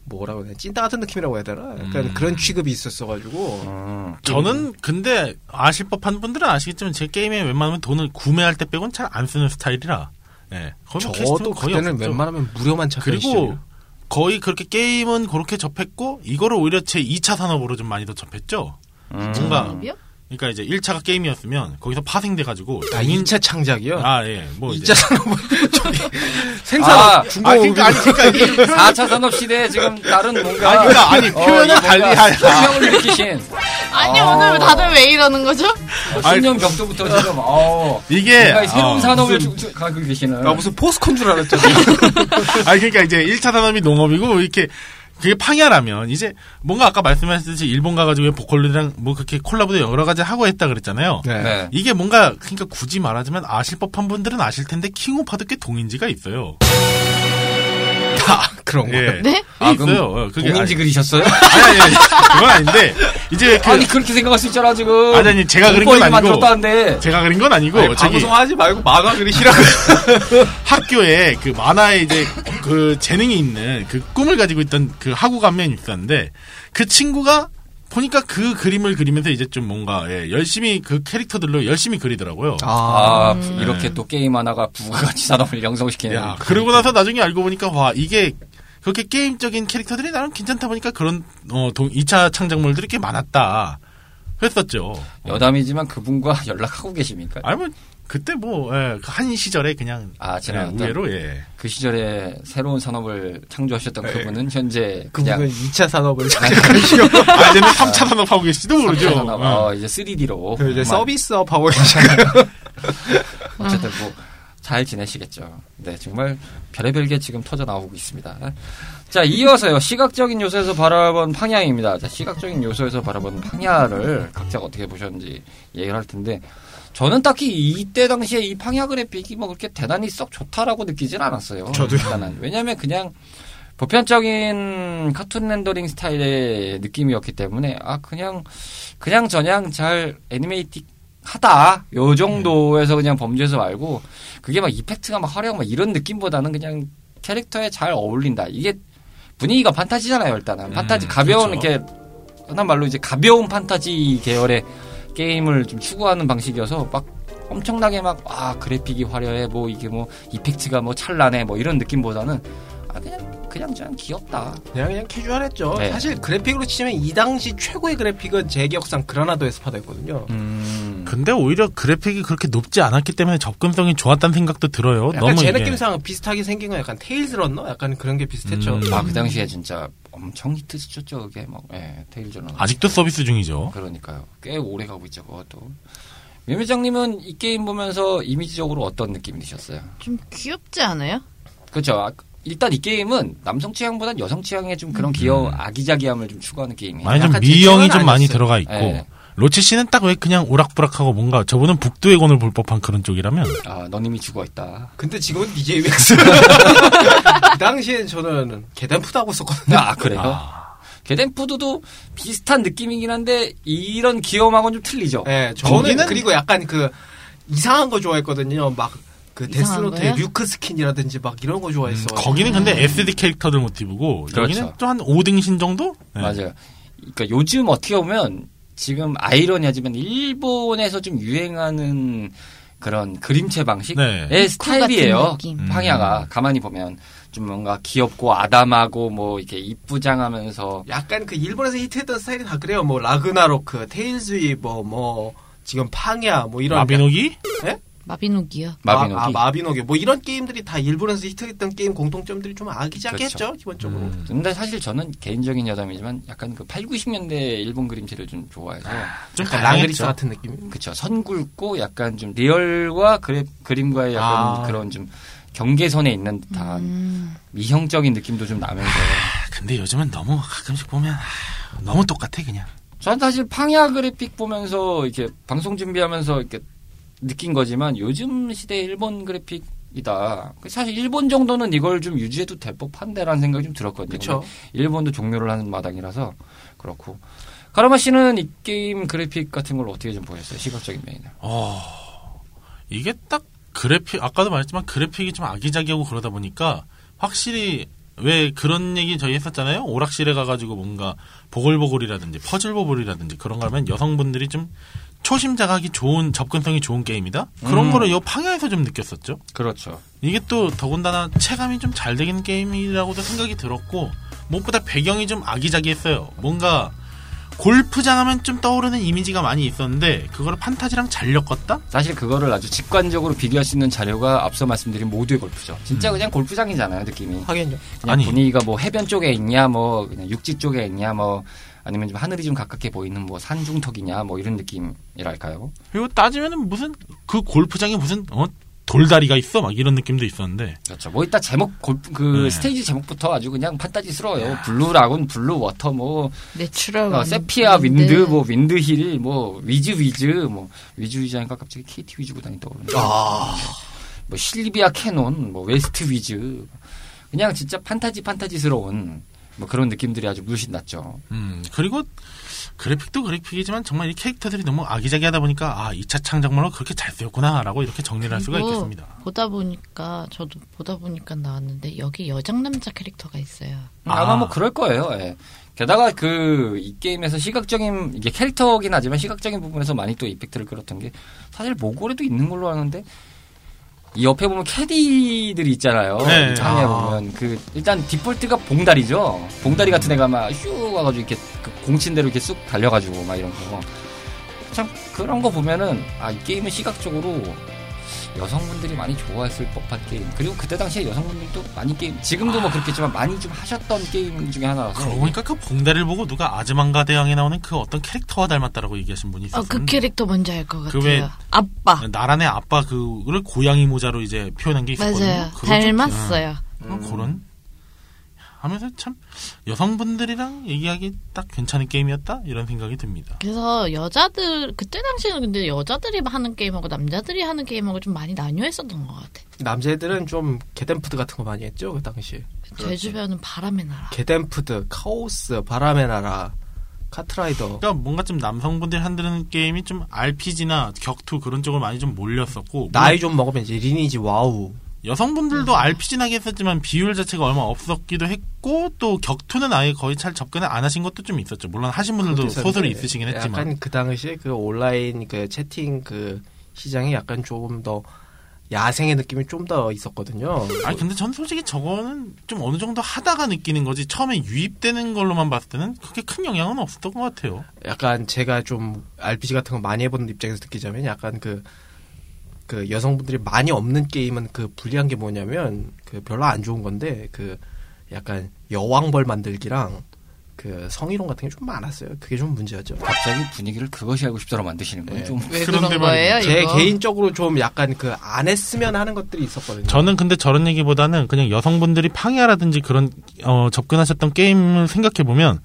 [SPEAKER 3] 뭐라고 해야 되나 찐따 같은 느낌이라고 해야 되나 약간
[SPEAKER 4] 음.
[SPEAKER 3] 그런 취급이 있었어가지고
[SPEAKER 1] 음,
[SPEAKER 4] 저는 근데 아실 법한 분들은 아시겠지만 제 게임에 웬만하면 돈을 구매할 때 빼곤 잘 안 쓰는 스타일이라 예. 거의 뭐 캐시템은
[SPEAKER 3] 저도 그때는
[SPEAKER 4] 없었죠.
[SPEAKER 3] 웬만하면 무료만 찾던 아,
[SPEAKER 4] 그리고
[SPEAKER 3] 시절
[SPEAKER 4] 거의 그렇게 게임은 그렇게 접했고 이거를 오히려 제 2차 산업으로 좀 많이 더 접했죠.
[SPEAKER 1] 음.
[SPEAKER 4] 뭔가
[SPEAKER 2] 산업이요?
[SPEAKER 4] 그러니까 이제 1차가 게임이었으면 거기서 파생돼 가지고
[SPEAKER 3] 아, 2차 창작이요?
[SPEAKER 4] 아 예. 뭐
[SPEAKER 3] 이
[SPEAKER 4] 이제
[SPEAKER 3] 2차 산업은 저기 생산
[SPEAKER 1] 아,
[SPEAKER 3] 중고
[SPEAKER 4] 아 그러니까 아니 그러니까 이게
[SPEAKER 1] 4차 산업 시대에 지금 다른 뭔가 어,
[SPEAKER 4] 아니, 그러니까 아니, 표현은 달리 하야.
[SPEAKER 1] 생명을 일으키신
[SPEAKER 2] 아니
[SPEAKER 1] 아.
[SPEAKER 2] 오늘 다들 왜 이러는 거죠?
[SPEAKER 1] 어, 신년 벽도부터 지금 어
[SPEAKER 4] 이게
[SPEAKER 1] 뭔가 이 새로운
[SPEAKER 4] 그 어,
[SPEAKER 1] 산업을
[SPEAKER 4] 무슨-
[SPEAKER 1] 주- 주- 가고 계시는
[SPEAKER 4] 그러니까
[SPEAKER 3] 나 아, 무슨 포스콘 줄 알았죠
[SPEAKER 4] 아니 그러니까 이제 1차 산업이 농업이고 이렇게 그게 팡야라면 이제 뭔가 아까 말씀하셨듯이 일본 가가지고 보컬리랑 뭐 그렇게 콜라보도 여러 가지 하고 했다 그랬잖아요.
[SPEAKER 1] 네.
[SPEAKER 4] 이게 뭔가 그러니까 굳이 말하자면 아실 법한 분들은 아실 텐데 킹오파도 꽤 동인지가 있어요.
[SPEAKER 3] 다 그런 거.
[SPEAKER 4] 예.
[SPEAKER 2] 네?
[SPEAKER 4] 아,
[SPEAKER 1] 아, 그럼
[SPEAKER 4] 있어요. 어, 그게 아니,
[SPEAKER 1] 봉인지 그리셨어요?
[SPEAKER 4] 아니, 아니, 아니, 그건 아닌데 이제 그,
[SPEAKER 1] 아니 그렇게 생각할 수 있잖아 지금.
[SPEAKER 4] 아니, 아니, 제가 그린 건
[SPEAKER 1] 뻔히
[SPEAKER 4] 아니고.
[SPEAKER 1] 만들었다는데. 네,
[SPEAKER 4] 제가 그린 건 아니고
[SPEAKER 3] 아니,
[SPEAKER 4] 저기
[SPEAKER 3] 방송하지 말고 만화 그리시라고.
[SPEAKER 4] 학교에 그 만화에 이제 그 재능이 있는 그 꿈을 가지고 있던 그 학우 감면이 있었는데 그 친구가 보니까 그 그림을 그리면서 이제 좀 뭔가 예, 열심히 그 캐릭터들로 열심히 그리더라고요.
[SPEAKER 1] 아 이렇게
[SPEAKER 4] 네.
[SPEAKER 1] 또 게임 하나가 부가가치 산업을 형성시키는.
[SPEAKER 4] 야, 그러고 나서 나중에 알고 보니까 와 이게 그렇게 게임적인 캐릭터들이 나름 괜찮다 보니까 그런 어, 동, 2차 창작물들이 꽤 많았다 했었죠.
[SPEAKER 1] 여담이지만 그분과 연락하고 계십니까?
[SPEAKER 4] 아니 뭐 그때 뭐한 시절에 그냥
[SPEAKER 1] 아, 지나갔던?
[SPEAKER 4] 예, 우회로 예.
[SPEAKER 1] 그 시절에 새로운 산업을 창조하셨던
[SPEAKER 3] 네.
[SPEAKER 1] 그분은 현재 그냥
[SPEAKER 3] 그분은 2차 산업을
[SPEAKER 4] 아, 이제는 3차 산업하고 계실지도 모르죠.
[SPEAKER 1] 삼차 산업,
[SPEAKER 4] 어.
[SPEAKER 1] 어, 이제 3D로
[SPEAKER 3] 그 이제 서비스업 하고 계시는
[SPEAKER 1] 어쨌든 뭐 잘 지내시겠죠. 네, 정말 별의별 게 지금 터져 나오고 있습니다. 자, 이어서요. 시각적인 요소에서 바라본 팡야입니다. 자, 시각적인 요소에서 바라본 팡야를 각자가 어떻게 보셨는지 얘기를 할 텐데 저는 딱히 이때 당시에 이 팡야 그래픽이 뭐 그렇게 대단히 썩 좋다라고 느끼진 않았어요.
[SPEAKER 3] 저도요.
[SPEAKER 1] 일단은. 왜냐면 그냥 보편적인 카툰 렌더링 스타일의 느낌이었기 때문에 아 그냥 그냥 저냥 잘 애니메이틱 하다 요
[SPEAKER 4] 네.
[SPEAKER 1] 정도에서 그냥 범죄에서 말고 그게 막 이펙트가 막 화려하고 막 이런 느낌보다는 그냥 캐릭터에 잘 어울린다 이게 분위기가 판타지잖아요 일단은 판타지 가벼운
[SPEAKER 4] 그렇죠.
[SPEAKER 1] 이렇게 흔한 말로 이제 가벼운 판타지 계열의 게임을 좀 추구하는 방식이어서 막 엄청나게 막 아 그래픽이 화려해 뭐 이게 뭐 이펙트가 뭐 찬란해 뭐 이런 느낌보다는 아 그냥 그냥 그냥 귀엽다
[SPEAKER 3] 그냥 그냥 캐주얼했죠.
[SPEAKER 1] 네.
[SPEAKER 3] 사실 그래픽으로 치면 이 당시 최고의 그래픽은 제 기억상 그라나도에서
[SPEAKER 4] 어,
[SPEAKER 3] 받았거든요.
[SPEAKER 1] 음.
[SPEAKER 4] 근데 오히려 그래픽이 그렇게 높지 않았기 때문에 접근성이 좋았다는 생각도 들어요.
[SPEAKER 3] 약간
[SPEAKER 4] 너무
[SPEAKER 3] 제
[SPEAKER 4] 이게.
[SPEAKER 3] 느낌상 비슷하게 생긴 건 약간 테일즈 런너 약간 그런 게 비슷했죠.
[SPEAKER 4] 음.
[SPEAKER 1] 아, 그 당시에 진짜 엄청 히트 쳤죠, 그게. 막, 예, 테일즈는.
[SPEAKER 4] 아직도 뭐? 서비스 중이죠.
[SPEAKER 1] 그러니까요. 꽤 오래 가고 있죠, 그것도. 묘미장님은 이 게임 보면서 이미지적으로 어떤 느낌이 드셨어요?
[SPEAKER 2] 좀 귀엽지 않아요?
[SPEAKER 1] 그렇죠. 아, 일단 이 게임은 남성 취향보단 여성 취향의 좀 그런 귀여운 아기자기함을 좀 추구하는 게임이에요.
[SPEAKER 4] 음. 많이 좀
[SPEAKER 3] 약간
[SPEAKER 4] 미형이
[SPEAKER 3] 제치는
[SPEAKER 4] 좀 많이
[SPEAKER 3] 아니었어요.
[SPEAKER 4] 들어가 있고
[SPEAKER 1] 예.
[SPEAKER 4] 로치 씨는 딱 왜 그냥 오락부락하고 뭔가 저분은 북두의 권을 볼 법한 그런 쪽이라면
[SPEAKER 1] 아, 너님이 죽어있다.
[SPEAKER 3] 근데 지금은 DJ 맥스. 그 당시엔 저는 계단 푸다고
[SPEAKER 4] 네.
[SPEAKER 3] 썼거든요.
[SPEAKER 1] 아, 그래요? 게덴푸드도 비슷한 느낌이긴 한데, 이런 귀여움하고는 좀 틀리죠?
[SPEAKER 3] 예, 저는
[SPEAKER 4] 거기는-
[SPEAKER 3] 그리고 약간 그 이상한 거 좋아했거든요. 막 그
[SPEAKER 2] 이상한
[SPEAKER 3] 데스노트의
[SPEAKER 2] 거요?
[SPEAKER 3] 류크 스킨이라든지 막 이런 거 좋아했어.
[SPEAKER 4] 음, 거기는 근데 SD 캐릭터들 모티브고 여기는
[SPEAKER 1] 그렇죠.
[SPEAKER 4] 또 한 5등신 정도? 예.
[SPEAKER 1] 맞아요. 그러니까 요즘 어떻게 보면 지금 아이러니하지만 일본에서 좀 유행하는 그런 그림체 방식의
[SPEAKER 4] 네.
[SPEAKER 2] 같은
[SPEAKER 1] 스타일이에요.
[SPEAKER 2] 느낌.
[SPEAKER 1] 방향아 가만히 보면 좀 뭔가 귀엽고 아담하고 뭐 이렇게 이쁘장하면서
[SPEAKER 3] 약간 그 일본에서 히트했던 스타일이 다 그래요. 뭐 라그나로크, 테일즈이 뭐뭐 지금 팡야 뭐 이런
[SPEAKER 4] 마비노기?
[SPEAKER 2] 마비노기요.
[SPEAKER 1] 마비노기
[SPEAKER 3] 아, 마비노기 뭐 이런 게임들이 다 일본에서 히트했던 게임 공통점들이 좀 아기자기했죠
[SPEAKER 1] 그렇죠.
[SPEAKER 3] 기본적으로.
[SPEAKER 1] 근데 사실 저는 개인적인 여담이지만 약간 그 8, 90년대 일본 그림체를 좀 좋아해서
[SPEAKER 4] 좀
[SPEAKER 3] 약간
[SPEAKER 4] 다양했죠.
[SPEAKER 3] 랑그리스 같은 느낌.
[SPEAKER 1] 그쵸 선 굵고 약간 좀 리얼과 그래, 그림과의 약간
[SPEAKER 3] 아.
[SPEAKER 1] 그런 좀 경계선에 있는 듯한
[SPEAKER 2] 음.
[SPEAKER 1] 미형적인 느낌도 좀 나면서
[SPEAKER 4] 아, 근데 요즘은 너무 가끔씩 보면 아, 너무 똑같아 그냥.
[SPEAKER 1] 저는 사실 팡야 그래픽 보면서 이렇게 방송 준비하면서 이렇게 느낀 거지만 요즘 시대 일본 그래픽이다. 사실 일본 정도는 이걸 좀 유지해도 될 법한데라는 생각이 좀 들었거든요.
[SPEAKER 3] 그렇죠.
[SPEAKER 1] 일본도 종료를 하는 마당이라서 그렇고. 카라마 씨는 이 게임 그래픽 같은 걸 어떻게 좀 보셨어요? 시각적인 면이나.
[SPEAKER 4] 어, 이게 딱 그래픽, 아까도 말했지만 그래픽이 좀 아기자기하고 그러다 보니까 확실히 왜 그런 얘기 저희 했었잖아요? 오락실에 가가지고 뭔가 보글보글이라든지 퍼즐보글이라든지 그런 거 하면 여성분들이 좀 초심자가 하기 좋은 접근성이 좋은 게임이다? 그런
[SPEAKER 1] 음.
[SPEAKER 4] 거를 요 팡야에서 좀 느꼈었죠.
[SPEAKER 1] 그렇죠.
[SPEAKER 4] 이게 또 더군다나 체감이 좀 잘 되는 게임이라고도 생각이 들었고 무엇보다 배경이 좀 아기자기했어요. 뭔가 골프장 하면 좀 떠오르는 이미지가 많이 있었는데 그걸 판타지랑 잘 엮었다?
[SPEAKER 1] 사실 그거를 아주 직관적으로 비교할 수 있는 자료가 앞서 말씀드린 모두의 골프죠. 진짜 그냥 골프장이잖아요, 느낌이.
[SPEAKER 3] 하긴요.
[SPEAKER 1] 그냥
[SPEAKER 4] 아니.
[SPEAKER 1] 분위기가 뭐 해변 쪽에 있냐, 뭐 그냥 육지 쪽에 있냐, 뭐 아니면 좀 하늘이 좀 가깝게 보이는 뭐 산중턱이냐, 뭐 이런 느낌이랄까요.
[SPEAKER 4] 그리고 따지면은 무슨 그 골프장에 무슨 어 돌다리가 있어 막 이런 느낌도 있었는데
[SPEAKER 1] 그렇죠. 뭐 이따 제목 골프 그
[SPEAKER 4] 네.
[SPEAKER 1] 스테이지 제목부터 아주 그냥 판타지스러워요. 블루라군, 블루 워터, 뭐
[SPEAKER 2] 내추럴. 음.
[SPEAKER 1] 어,
[SPEAKER 2] 원-
[SPEAKER 1] 세피아 윈드,
[SPEAKER 2] 네.
[SPEAKER 1] 뭐 윈드힐, 뭐 위즈 위즈, 뭐 위즈 위즈하니까 갑자기 KT 위즈 구단이 떠오르네.
[SPEAKER 3] 아,
[SPEAKER 1] 뭐 실비아 캐논, 뭐 웨스트 위즈. 그냥 진짜 판타지 판타지스러운 뭐 그런 느낌들이 아주 물씬 났죠.
[SPEAKER 4] 음, 그리고 그래픽도 그래픽이지만 정말 이 캐릭터들이 너무 아기자기하다 보니까 아, 2차 창작물로 그렇게 잘 쓰였구나라고 이렇게 정리를 할 수가
[SPEAKER 2] 그리고
[SPEAKER 4] 있겠습니다.
[SPEAKER 2] 보다 보니까 저도 보다 보니까 나왔는데 여기 여장 남자 캐릭터가 있어요.
[SPEAKER 1] 아마
[SPEAKER 4] 아.
[SPEAKER 1] 뭐 그럴 거예요. 예. 게다가 그 이 게임에서 시각적인 이게 캐릭터긴 하지만 시각적인 부분에서 많이 또 이펙트를 끌었던 게 사실 모골에도 있는 걸로 아는데 이 옆에 보면 캐디들이 있잖아요.
[SPEAKER 4] 네.
[SPEAKER 1] 창에
[SPEAKER 3] 아.
[SPEAKER 1] 보면 그 일단 디폴트가 봉다리죠. 봉다리 같은 애가 막 휴 와가지고 이렇게 그 공친대로 이렇게 쑥 달려가지고 막 이런 거. 참 그런 거 보면은 아 이 게임은 시각적으로 여성분들이 많이 좋아했을 법한 게임 그리고 그때 당시에 여성분들도 많이 게임 지금도 뭐 그렇겠지만 많이 좀 하셨던 게임 중에 하나라서
[SPEAKER 4] 그러고 보니까 그 봉다리를 보고 누가 아즈만가 대왕에 나오는 그 어떤 캐릭터와 닮았다라고 얘기하신 분이 있었어요.
[SPEAKER 2] 어그 캐릭터 뭔지 알 것
[SPEAKER 4] 음. 그
[SPEAKER 2] 같아요.
[SPEAKER 4] 왜-
[SPEAKER 2] 아빠
[SPEAKER 4] 나란의 아빠 그를 고양이 모자로 이제 표현한 게 있었거든요.
[SPEAKER 2] 맞아요.
[SPEAKER 4] 그걸 좀-
[SPEAKER 2] 닮았어요.
[SPEAKER 4] 음, 그런 하면서 참 여성분들이랑 얘기하기 딱 괜찮은 게임이었다 이런 생각이 듭니다.
[SPEAKER 2] 그래서 여자들 그때 당시에는 근데 여자들이 하는 게임하고 남자들이 하는 게임하고 좀 많이 나뉘어있었던 것 같아.
[SPEAKER 3] 남자애들은 좀 게덴푸드 같은 거 많이 했죠 그 당시.
[SPEAKER 2] 제 주변은 바람의 나라.
[SPEAKER 3] 게덴푸드, 카오스, 바람의 나라, 카트라이더.
[SPEAKER 4] 그러니까 뭔가 좀 남성분들이 한다는 게임이 좀 RPG나 격투 그런 쪽으로 많이 좀 몰렸었고
[SPEAKER 3] 나이 음. 좀 먹으면 이제 리니지 와우.
[SPEAKER 4] 여성분들도 RPG나게 했었지만 비율 자체가 얼마 없었기도 했고 또 격투는 아예 거의 잘 접근을 안 하신 것도 좀 있었죠. 물론 하신 분들도
[SPEAKER 3] 있었는데
[SPEAKER 4] 소설이 있으시긴 했지만
[SPEAKER 3] 약간 그 당시에 그 온라인 그 채팅 그 시장이 약간 조금 더 야생의 느낌이 좀 더 있었거든요.
[SPEAKER 4] 아니 근데 전 솔직히 저거는 좀 어느 정도 하다가 느끼는 거지 처음에 유입되는 걸로만 봤을 때는 그렇게 큰 영향은 없었던 것 같아요.
[SPEAKER 3] 약간 제가 좀 RPG 같은 거 많이 해보는 입장에서 느끼자면 약간 그, 그 여성분들이 많이 없는 게임은 그 불리한 게 뭐냐면 그 별로 안 좋은 건데 그 약간 여왕벌 만들기랑 그 성희롱 같은 게 좀 많았어요. 그게 좀 문제였죠.
[SPEAKER 1] 갑자기 분위기를 그것이 알고 싶다로 만드시는
[SPEAKER 4] 네.
[SPEAKER 1] 건 좀
[SPEAKER 2] 왜
[SPEAKER 4] 그런데
[SPEAKER 2] 그런
[SPEAKER 4] 말이에요.
[SPEAKER 2] 거예요?
[SPEAKER 3] 제
[SPEAKER 2] 아, 이거?
[SPEAKER 3] 개인적으로 좀 약간 그 안 했으면 하는 것들이 있었거든요.
[SPEAKER 4] 저는 근데 저런 얘기보다는 그냥 여성분들이 팡야라든지 그런 어, 접근하셨던 게임을 생각해 보면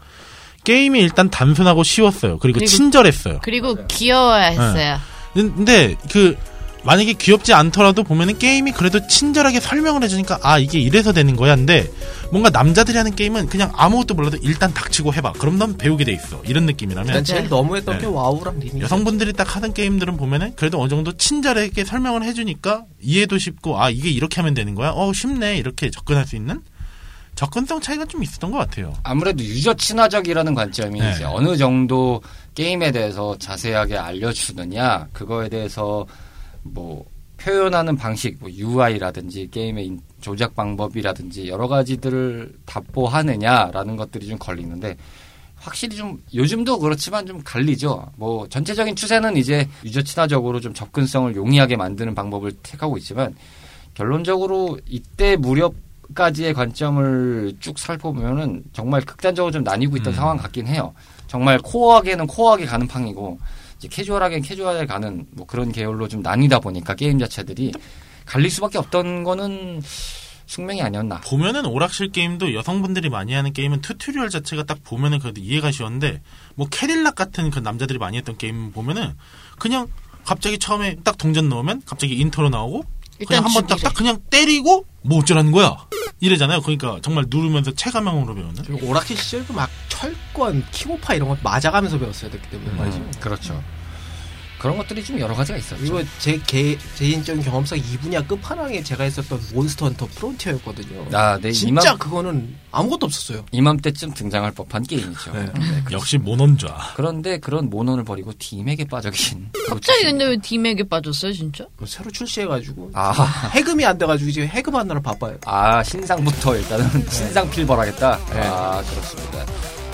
[SPEAKER 4] 게임이 일단 단순하고 쉬웠어요. 그리고,
[SPEAKER 2] 그리고-
[SPEAKER 4] 친절했어요.
[SPEAKER 2] 그리고 귀여워야 했어요.
[SPEAKER 4] 근데 그 만약에 귀엽지 않더라도 보면은 게임이 그래도 친절하게 설명을 해주니까 아 이게 이래서 되는 거야. 근데 뭔가 남자들이 하는 게임은 그냥 아무것도 몰라도 일단 닥치고 해봐. 그럼 넌 배우게 돼 있어. 이런 느낌이라면
[SPEAKER 3] 일단 제일 너무했던
[SPEAKER 4] 네.
[SPEAKER 3] 게 와우랑
[SPEAKER 2] 예.
[SPEAKER 3] 리니.
[SPEAKER 4] 여성분들이 딱 하던 게임들은 보면은 그래도 어느 정도 친절하게 설명을 해주니까 이해도 쉽고 아 이게 이렇게 하면 되는 거야 어 쉽네 이렇게 접근할 수 있는 접근성 차이가 좀 있었던 것 같아요.
[SPEAKER 1] 아무래도 유저 친화적이라는 관점이
[SPEAKER 4] 네.
[SPEAKER 1] 이제 어느 정도 게임에 대해서 자세하게 알려주느냐 그거에 대해서 뭐 표현하는 방식, 뭐 UI라든지 게임의 인- 조작 방법이라든지 여러 가지들을 답보하느냐라는 것들이 좀 걸리는데 확실히 좀 요즘도 그렇지만 좀 갈리죠. 뭐 전체적인 추세는 이제 유저 친화적으로 좀 접근성을 용이하게 만드는 방법을 택하고 있지만 결론적으로 이때 무렵까지의 관점을 쭉 살펴보면은 정말 극단적으로 좀 나뉘고 있던
[SPEAKER 4] 음.
[SPEAKER 1] 상황 같긴 해요. 정말 코어하게는 코어하게 가는 팡이고 이제 캐주얼하게는 캐주얼하게 가는 뭐 그런 계열로 좀 나뉘다 보니까 게임 자체들이 갈릴 수밖에 없던 거는 숙명이 아니었나.
[SPEAKER 4] 보면은 오락실 게임도 여성분들이 많이 하는 게임은 튜토리얼 자체가 딱 보면은 그래도 이해가 쉬웠는데 뭐 캐딜락 같은 그 남자들이 많이 했던 게임 보면은 그냥 갑자기 처음에 딱 동전 넣으면 갑자기 인터로 나오고 그냥
[SPEAKER 2] 일단
[SPEAKER 4] 한번 딱,
[SPEAKER 2] 죽이래.
[SPEAKER 4] 딱 그냥 때리고 뭐 어쩌라는 거야 이래잖아요. 그러니까 정말 누르면서 체감형으로 배우는.
[SPEAKER 2] 네,
[SPEAKER 3] 그리고 오락실 시절도 막 철권, 키오파 이런 거 맞아가면서 배웠어야 됐기 때문에
[SPEAKER 4] 음.
[SPEAKER 3] 말이죠.
[SPEAKER 1] 그렇죠. 그런 것들이 좀 여러 가지가 있었죠.
[SPEAKER 3] 그리고 제 개, 개인적인 경험상 이 분야 끝판왕에 제가 했었던 몬스터 헌터 프론티어였거든요.
[SPEAKER 1] 아, 네,
[SPEAKER 3] 진짜
[SPEAKER 1] 이맘,
[SPEAKER 3] 그거는 아무것도 없었어요.
[SPEAKER 1] 이맘때쯤 등장할 법한 게임이죠.
[SPEAKER 3] 네.
[SPEAKER 2] 그렇죠.
[SPEAKER 4] 역시 모논좌.
[SPEAKER 1] 그런데 그런 모논을 버리고 팀에게 빠져 계신.
[SPEAKER 2] 갑자기 근데 왜 딤에게 빠졌어요, 진짜?
[SPEAKER 3] 뭐 새로 출시해가지고
[SPEAKER 1] 아,
[SPEAKER 3] 해금이 안 돼가지고 지금 해금하느라 바빠요.
[SPEAKER 1] 아, 신상부터 일단은
[SPEAKER 4] 네.
[SPEAKER 1] 신상 필벌하겠다. 아, 그렇습니다.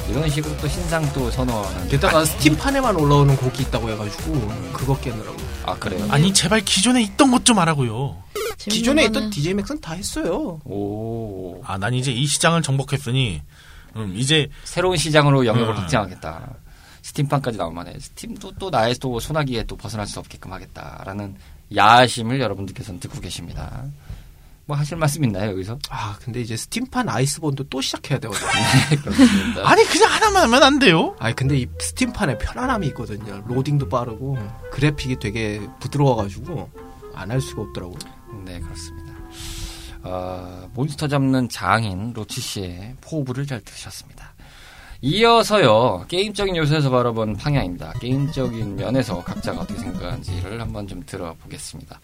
[SPEAKER 1] 이런 식으로 또 신상 또 선언하는. 게-
[SPEAKER 3] 게다가 스팀판에만 올라오는 곡이 있다고 해가지고
[SPEAKER 1] 음.
[SPEAKER 3] 그거 깨느라고.
[SPEAKER 1] 아, 그래요?
[SPEAKER 4] 아니 제발 기존에 있던 것 좀 하라고요.
[SPEAKER 3] 기존에
[SPEAKER 2] 재밌는
[SPEAKER 3] 있던
[SPEAKER 2] 거는
[SPEAKER 3] DJ 맥스는 다 했어요.
[SPEAKER 1] 오.
[SPEAKER 4] 아 난 이제 이 시장을 정복했으니 음, 이제
[SPEAKER 1] 새로운 시장으로 영역을
[SPEAKER 4] 음.
[SPEAKER 1] 확장하겠다. 스팀판까지 나오면 해. 스팀도 또 나의 또 소나기에 또 벗어날 수 없게끔 하겠다라는 야심을 여러분들께서는 듣고 계십니다. 뭐 하실 말씀 있나요, 여기서?
[SPEAKER 3] 아 근데 이제 스팀판 아이스본도 또 시작해야 되거든요.
[SPEAKER 1] 네, 그렇습니다.
[SPEAKER 4] 아니 그냥 하나만 하면 안 돼요.
[SPEAKER 3] 아니 근데 이 스팀판에 편안함이 있거든요. 로딩도 빠르고
[SPEAKER 1] 음.
[SPEAKER 3] 그래픽이 되게 부드러워가지고 안 할 수가 없더라고요.
[SPEAKER 1] 네, 그렇습니다. 어, 몬스터 잡는 장인 로치 씨의 포부를 잘 들으셨습니다. 이어서요 게임적인 요소에서 바라본 방향입니다. 게임적인 면에서 각자가 어떻게 생각하는지를 한번 좀 들어보겠습니다.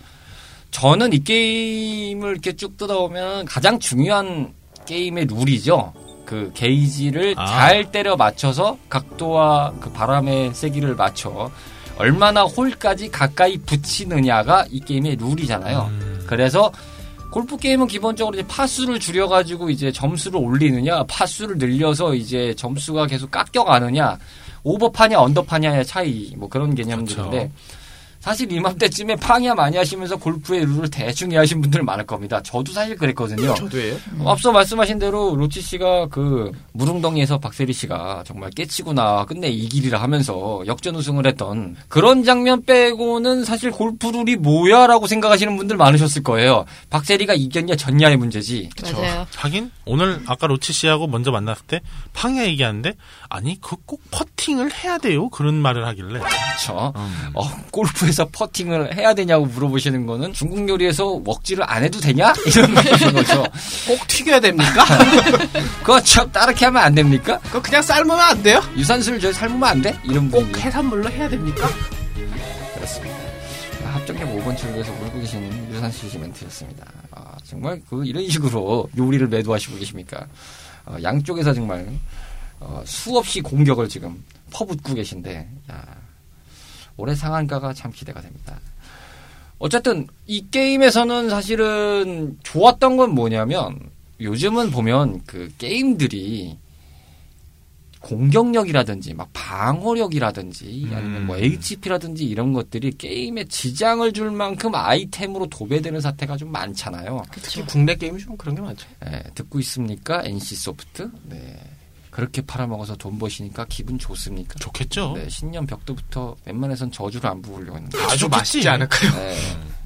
[SPEAKER 1] 저는 이 게임을 이렇게 쭉 뜯어오면 가장 중요한 게임의 룰이죠. 그 게이지를
[SPEAKER 4] 아.
[SPEAKER 1] 잘 때려 맞춰서 각도와 그 바람의 세기를 맞춰 얼마나 홀까지 가까이 붙이느냐가 이 게임의 룰이잖아요.
[SPEAKER 4] 음,
[SPEAKER 1] 그래서 골프 게임은 기본적으로 이제 파수를 줄여가지고 이제 점수를 올리느냐, 파수를 늘려서 이제 점수가 계속 깎여가느냐, 오버파냐 언더파냐의 차이 뭐 그런 개념들인데
[SPEAKER 4] 그렇죠.
[SPEAKER 1] 사실 이맘때쯤에 팡야 많이 하시면서 골프의 룰을 대충 이해하신 분들 많을 겁니다. 저도 사실 그랬거든요.
[SPEAKER 3] 저도예요.
[SPEAKER 1] 앞서 말씀하신 대로 로치 씨가 그 무릉덩이에서 박세리 씨가 정말 깨치구나 끝내 이길이라 하면서 역전 우승을 했던 그런 장면 빼고는 사실 골프룰이 뭐야라고 생각하시는 분들 많으셨을 거예요. 박세리가 이겼냐 졌냐의 문제지.
[SPEAKER 2] 맞아요.
[SPEAKER 4] 하긴 오늘 아까 로치 씨하고 먼저 만났을 때 팡야 얘기하는데 아니 그 꼭 퍼팅을 해야 돼요 그런 말을 하길래
[SPEAKER 1] 그렇죠.
[SPEAKER 4] 음.
[SPEAKER 1] 어, 골프에서 퍼팅을 해야 되냐고 물어보시는 거는 중국 요리에서 웍지를 안 해도 되냐 이런 말인 거죠.
[SPEAKER 3] 꼭 튀겨야 됩니까?
[SPEAKER 1] 그거 참 따르게 하면 안 됩니까?
[SPEAKER 3] 그거 그냥 삶으면 안 돼요?
[SPEAKER 1] 유산슬 저 삶으면 안 돼? 이런
[SPEAKER 3] 꼭
[SPEAKER 1] 분이
[SPEAKER 3] 해산물로 해야 됩니까?
[SPEAKER 1] 그렇습니다. 아, 합정역 5번 출구에서 울고 계신 유산 씨 멘트였습니다. 아, 정말 그 이런 식으로 요리를 매도하시고 계십니까? 어, 양쪽에서 정말 어, 수없이 공격을 지금 퍼붓고 계신데 야, 올해 상한가가 참 기대가 됩니다. 어쨌든 이 게임에서는 사실은 좋았던 건 뭐냐면 요즘은 보면 그 게임들이 공격력이라든지 막 방어력이라든지 아니면 뭐
[SPEAKER 4] 음.
[SPEAKER 1] HP라든지 이런 것들이 게임에 지장을 줄 만큼 아이템으로 도배되는 사태가 좀 많잖아요.
[SPEAKER 3] 특히 국내 게임이 좀 그런 게 많죠.
[SPEAKER 1] 예, 듣고 있습니까? NC 소프트. 네. 그렇게 팔아먹어서 돈 버시니까 기분 좋습니까?
[SPEAKER 4] 좋겠죠
[SPEAKER 1] 네, 신년 벽두부터 웬만해선 저주를 안 부으려고 했는데.
[SPEAKER 4] 아주 맛있지
[SPEAKER 3] 않을까요?
[SPEAKER 1] 네.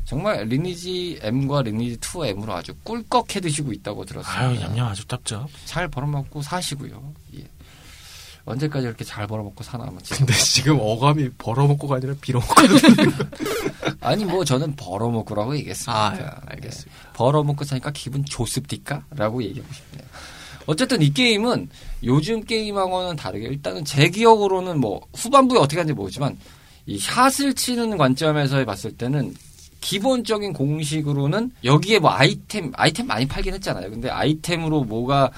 [SPEAKER 1] 정말 리니지 M과 리니지 2M으로 아주 꿀꺽해 드시고 있다고 들었어요.
[SPEAKER 4] 아유 얌얌 아주 짭짭
[SPEAKER 1] 잘 벌어먹고 사시고요. 예. 언제까지 이렇게 잘 벌어먹고 사나 뭐 지금.
[SPEAKER 3] 근데 지금 어감이 벌어먹고가 아니라 빌어먹고.
[SPEAKER 1] 아니 뭐 저는 벌어먹고라고 얘기했습니다. 네. 벌어먹고 사니까 기분 좋습니까? 라고 얘기하고 싶네요. 어쨌든 이 게임은 요즘 게임하고는 다르게 일단은 제 기억으로는 뭐 후반부에 어떻게 하는지 모르지만 이 샷을 치는 관점에서 봤을 때는 기본적인 공식으로는 여기에 뭐 아이템 아이템 많이 팔긴 했잖아요. 근데 아이템으로 뭐가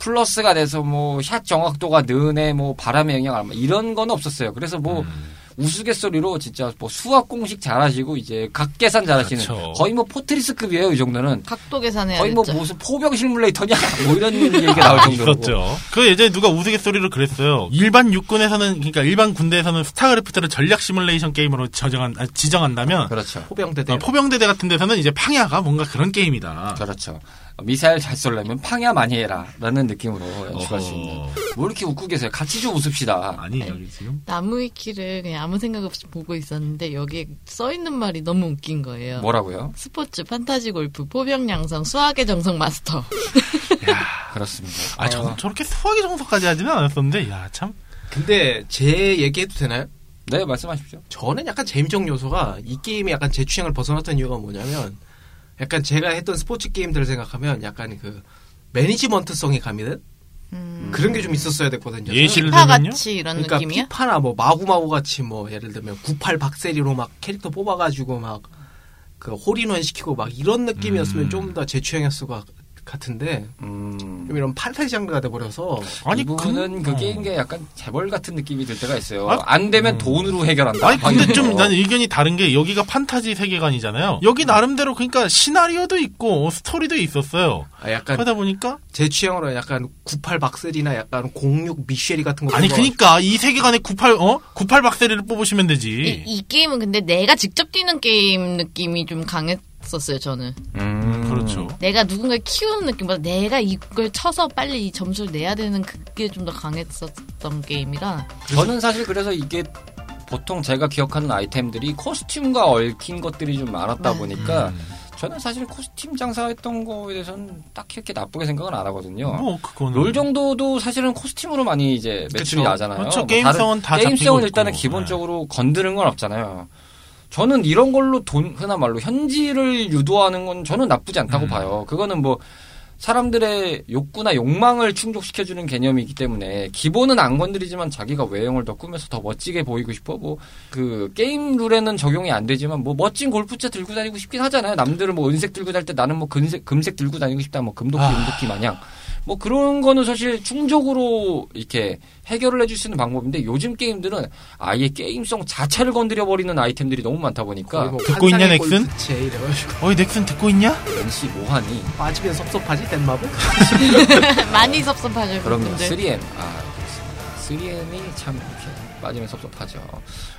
[SPEAKER 1] 플러스가 돼서 뭐 샷 정확도가 느네 뭐 바람의 영향 얼마 이런 건 없었어요. 그래서 뭐
[SPEAKER 4] 음.
[SPEAKER 1] 우스갯소리로 진짜 뭐 수학 공식 잘하시고 이제 각 계산 잘하시는
[SPEAKER 4] 그렇죠.
[SPEAKER 1] 거의 뭐 포트리스급이에요 이 정도는
[SPEAKER 2] 각도 계산해야
[SPEAKER 1] 거의 뭐
[SPEAKER 2] 되죠.
[SPEAKER 1] 무슨 포병 시뮬레이터냐 뭐 이런 얘기가 나올 정도로
[SPEAKER 4] 있었죠. 아, 그 예전에 누가 우스갯소리로 그랬어요. 일반 육군에서는 그러니까 일반 군대에서는 스타크래프트를 전략 시뮬레이션 게임으로 저정한 아, 지정한다면
[SPEAKER 1] 그렇죠
[SPEAKER 3] 포병대대.
[SPEAKER 4] 어, 포병대대 같은 데서는 이제 팡야가 뭔가 그런 게임이다.
[SPEAKER 1] 그렇죠 미사일 잘 쏠려면 팡야 많이 해라라는 느낌으로 연출할 수 있는
[SPEAKER 4] 어허.
[SPEAKER 1] 뭐 이렇게 웃고 계세요 같이 좀 웃읍시다
[SPEAKER 4] 아니 여기 지금
[SPEAKER 6] 나무 위키를 그냥 아무 생각 없이 보고 있었는데 여기에 써 있는 말이 너무 웃긴 거예요.
[SPEAKER 1] 뭐라고요
[SPEAKER 6] 스포츠, 판타지 골프, 포병 양성, 수학의 정성 마스터.
[SPEAKER 1] 그렇습니다
[SPEAKER 4] 아 저, 저렇게 수학의 정서까지 하지는 않았었는데 야참
[SPEAKER 3] 근데 제 얘기해도 되나요?
[SPEAKER 1] 네 말씀하십시오
[SPEAKER 3] 저는 약간 재미적 요소가 이 게임이 약간 제 취향을 벗어났던 이유가 뭐냐면 약간 제가 했던 스포츠 게임들을 생각하면 약간 그 매니지먼트성이 가미된 그런 게 좀 있었어야 됐거든요.
[SPEAKER 4] 예시를 들면요.
[SPEAKER 6] 파같이 이런
[SPEAKER 3] 그러니까
[SPEAKER 6] 느낌이야?
[SPEAKER 3] 피파나 뭐 마구마구 같이 뭐 예를 들면 98 박세리로 막 캐릭터 뽑아가지고 막 그 홀인원 시키고 막 이런 느낌이었으면
[SPEAKER 4] 음.
[SPEAKER 3] 좀 더 제 취향이었을 것 같은데
[SPEAKER 1] 음
[SPEAKER 3] 좀 이런 판타지 장르가 돼버려서
[SPEAKER 1] 아니
[SPEAKER 4] 아니
[SPEAKER 1] 그는 그
[SPEAKER 4] 어.
[SPEAKER 1] 게임계 약간 재벌 같은 느낌이 들 때가 있어요
[SPEAKER 4] 아,
[SPEAKER 1] 안 되면 돈으로 해결한다 뭐.
[SPEAKER 4] 아니 근데
[SPEAKER 1] 막
[SPEAKER 4] 좀
[SPEAKER 1] 이런
[SPEAKER 4] 난
[SPEAKER 1] 거.
[SPEAKER 4] 의견이 다른 게 여기가 판타지 세계관이잖아요. 여기 나름대로 그러니까 시나리오도 있고 스토리도 있었어요.
[SPEAKER 3] 아, 약간
[SPEAKER 4] 그러다 보니까
[SPEAKER 3] 제 취향으로 약간 98 박세리나 약간 06 미쉐리 같은 거
[SPEAKER 4] 아니
[SPEAKER 3] 보고
[SPEAKER 4] 그니까 이 세계관에 98 어? 98 박세리를 뽑으시면
[SPEAKER 6] 이,
[SPEAKER 4] 되지.
[SPEAKER 6] 이 게임은 근데 내가 직접 뛰는 게임 느낌이 좀 강했었어요, 저는.
[SPEAKER 1] 음,
[SPEAKER 4] 그렇죠.
[SPEAKER 6] 내가 누군가를 키우는 느낌보다 내가 이걸 쳐서 빨리 이 점수를 내야 되는 그게 좀 더 강했었던 게임이라.
[SPEAKER 1] 저는 사실 그래서 이게 보통 제가 기억하는 아이템들이 코스튬과 얽힌 것들이 좀 많았다
[SPEAKER 6] 네.
[SPEAKER 1] 보니까
[SPEAKER 4] 음.
[SPEAKER 1] 저는 사실 코스튬 장사했던 거에 대해서는 딱히 이렇게 나쁘게 생각은 안 하거든요.
[SPEAKER 4] 뭐 그거는
[SPEAKER 1] 롤 정도도 사실은 코스튬으로 많이 이제 매출이
[SPEAKER 3] 그쵸.
[SPEAKER 1] 나잖아요.
[SPEAKER 4] 그렇죠.
[SPEAKER 1] 뭐 다른-
[SPEAKER 4] 게임성은 다 잡히고
[SPEAKER 1] 게임성은 일단은
[SPEAKER 4] 있고.
[SPEAKER 1] 기본적으로 건드는 건 없잖아요. 저는 이런 걸로 돈 흔한 말로 현질을 유도하는 건 저는 나쁘지 않다고
[SPEAKER 4] 음.
[SPEAKER 1] 봐요. 그거는 뭐 사람들의 욕구나 욕망을 충족시켜주는 개념이기 때문에 기본은 안 건드리지만 자기가 외형을 더 꾸며서 더 멋지게 보이고 싶어 뭐 그 게임 룰에는 적용이 안 되지만 뭐 멋진 골프채 들고 다니고 싶긴 하잖아요 남들은 뭐 은색 들고 다닐 때 나는 뭐 금색 금색 들고 다니고 싶다 뭐 금도끼 은도끼 마냥 뭐 그런 거는 사실 충족으로 이렇게 해결을 해줄 수 있는 방법인데 요즘 게임들은 아예 게임성 자체를 건드려 버리는 아이템들이 너무 많다 보니까
[SPEAKER 3] 뭐
[SPEAKER 4] 듣고 있냐, 넥슨?
[SPEAKER 3] 제 이래가지고
[SPEAKER 4] 어이 넥슨 듣고 있냐?
[SPEAKER 1] NC 뭐하니
[SPEAKER 3] 빠지면 섭섭하지 덴마블?
[SPEAKER 6] 많이 섭섭하죠.
[SPEAKER 1] 그럼요.
[SPEAKER 2] 네.
[SPEAKER 6] 그분들.
[SPEAKER 1] 3M. 아, 그렇습니다. 3M이 참 이렇게 빠지면 섭섭하죠.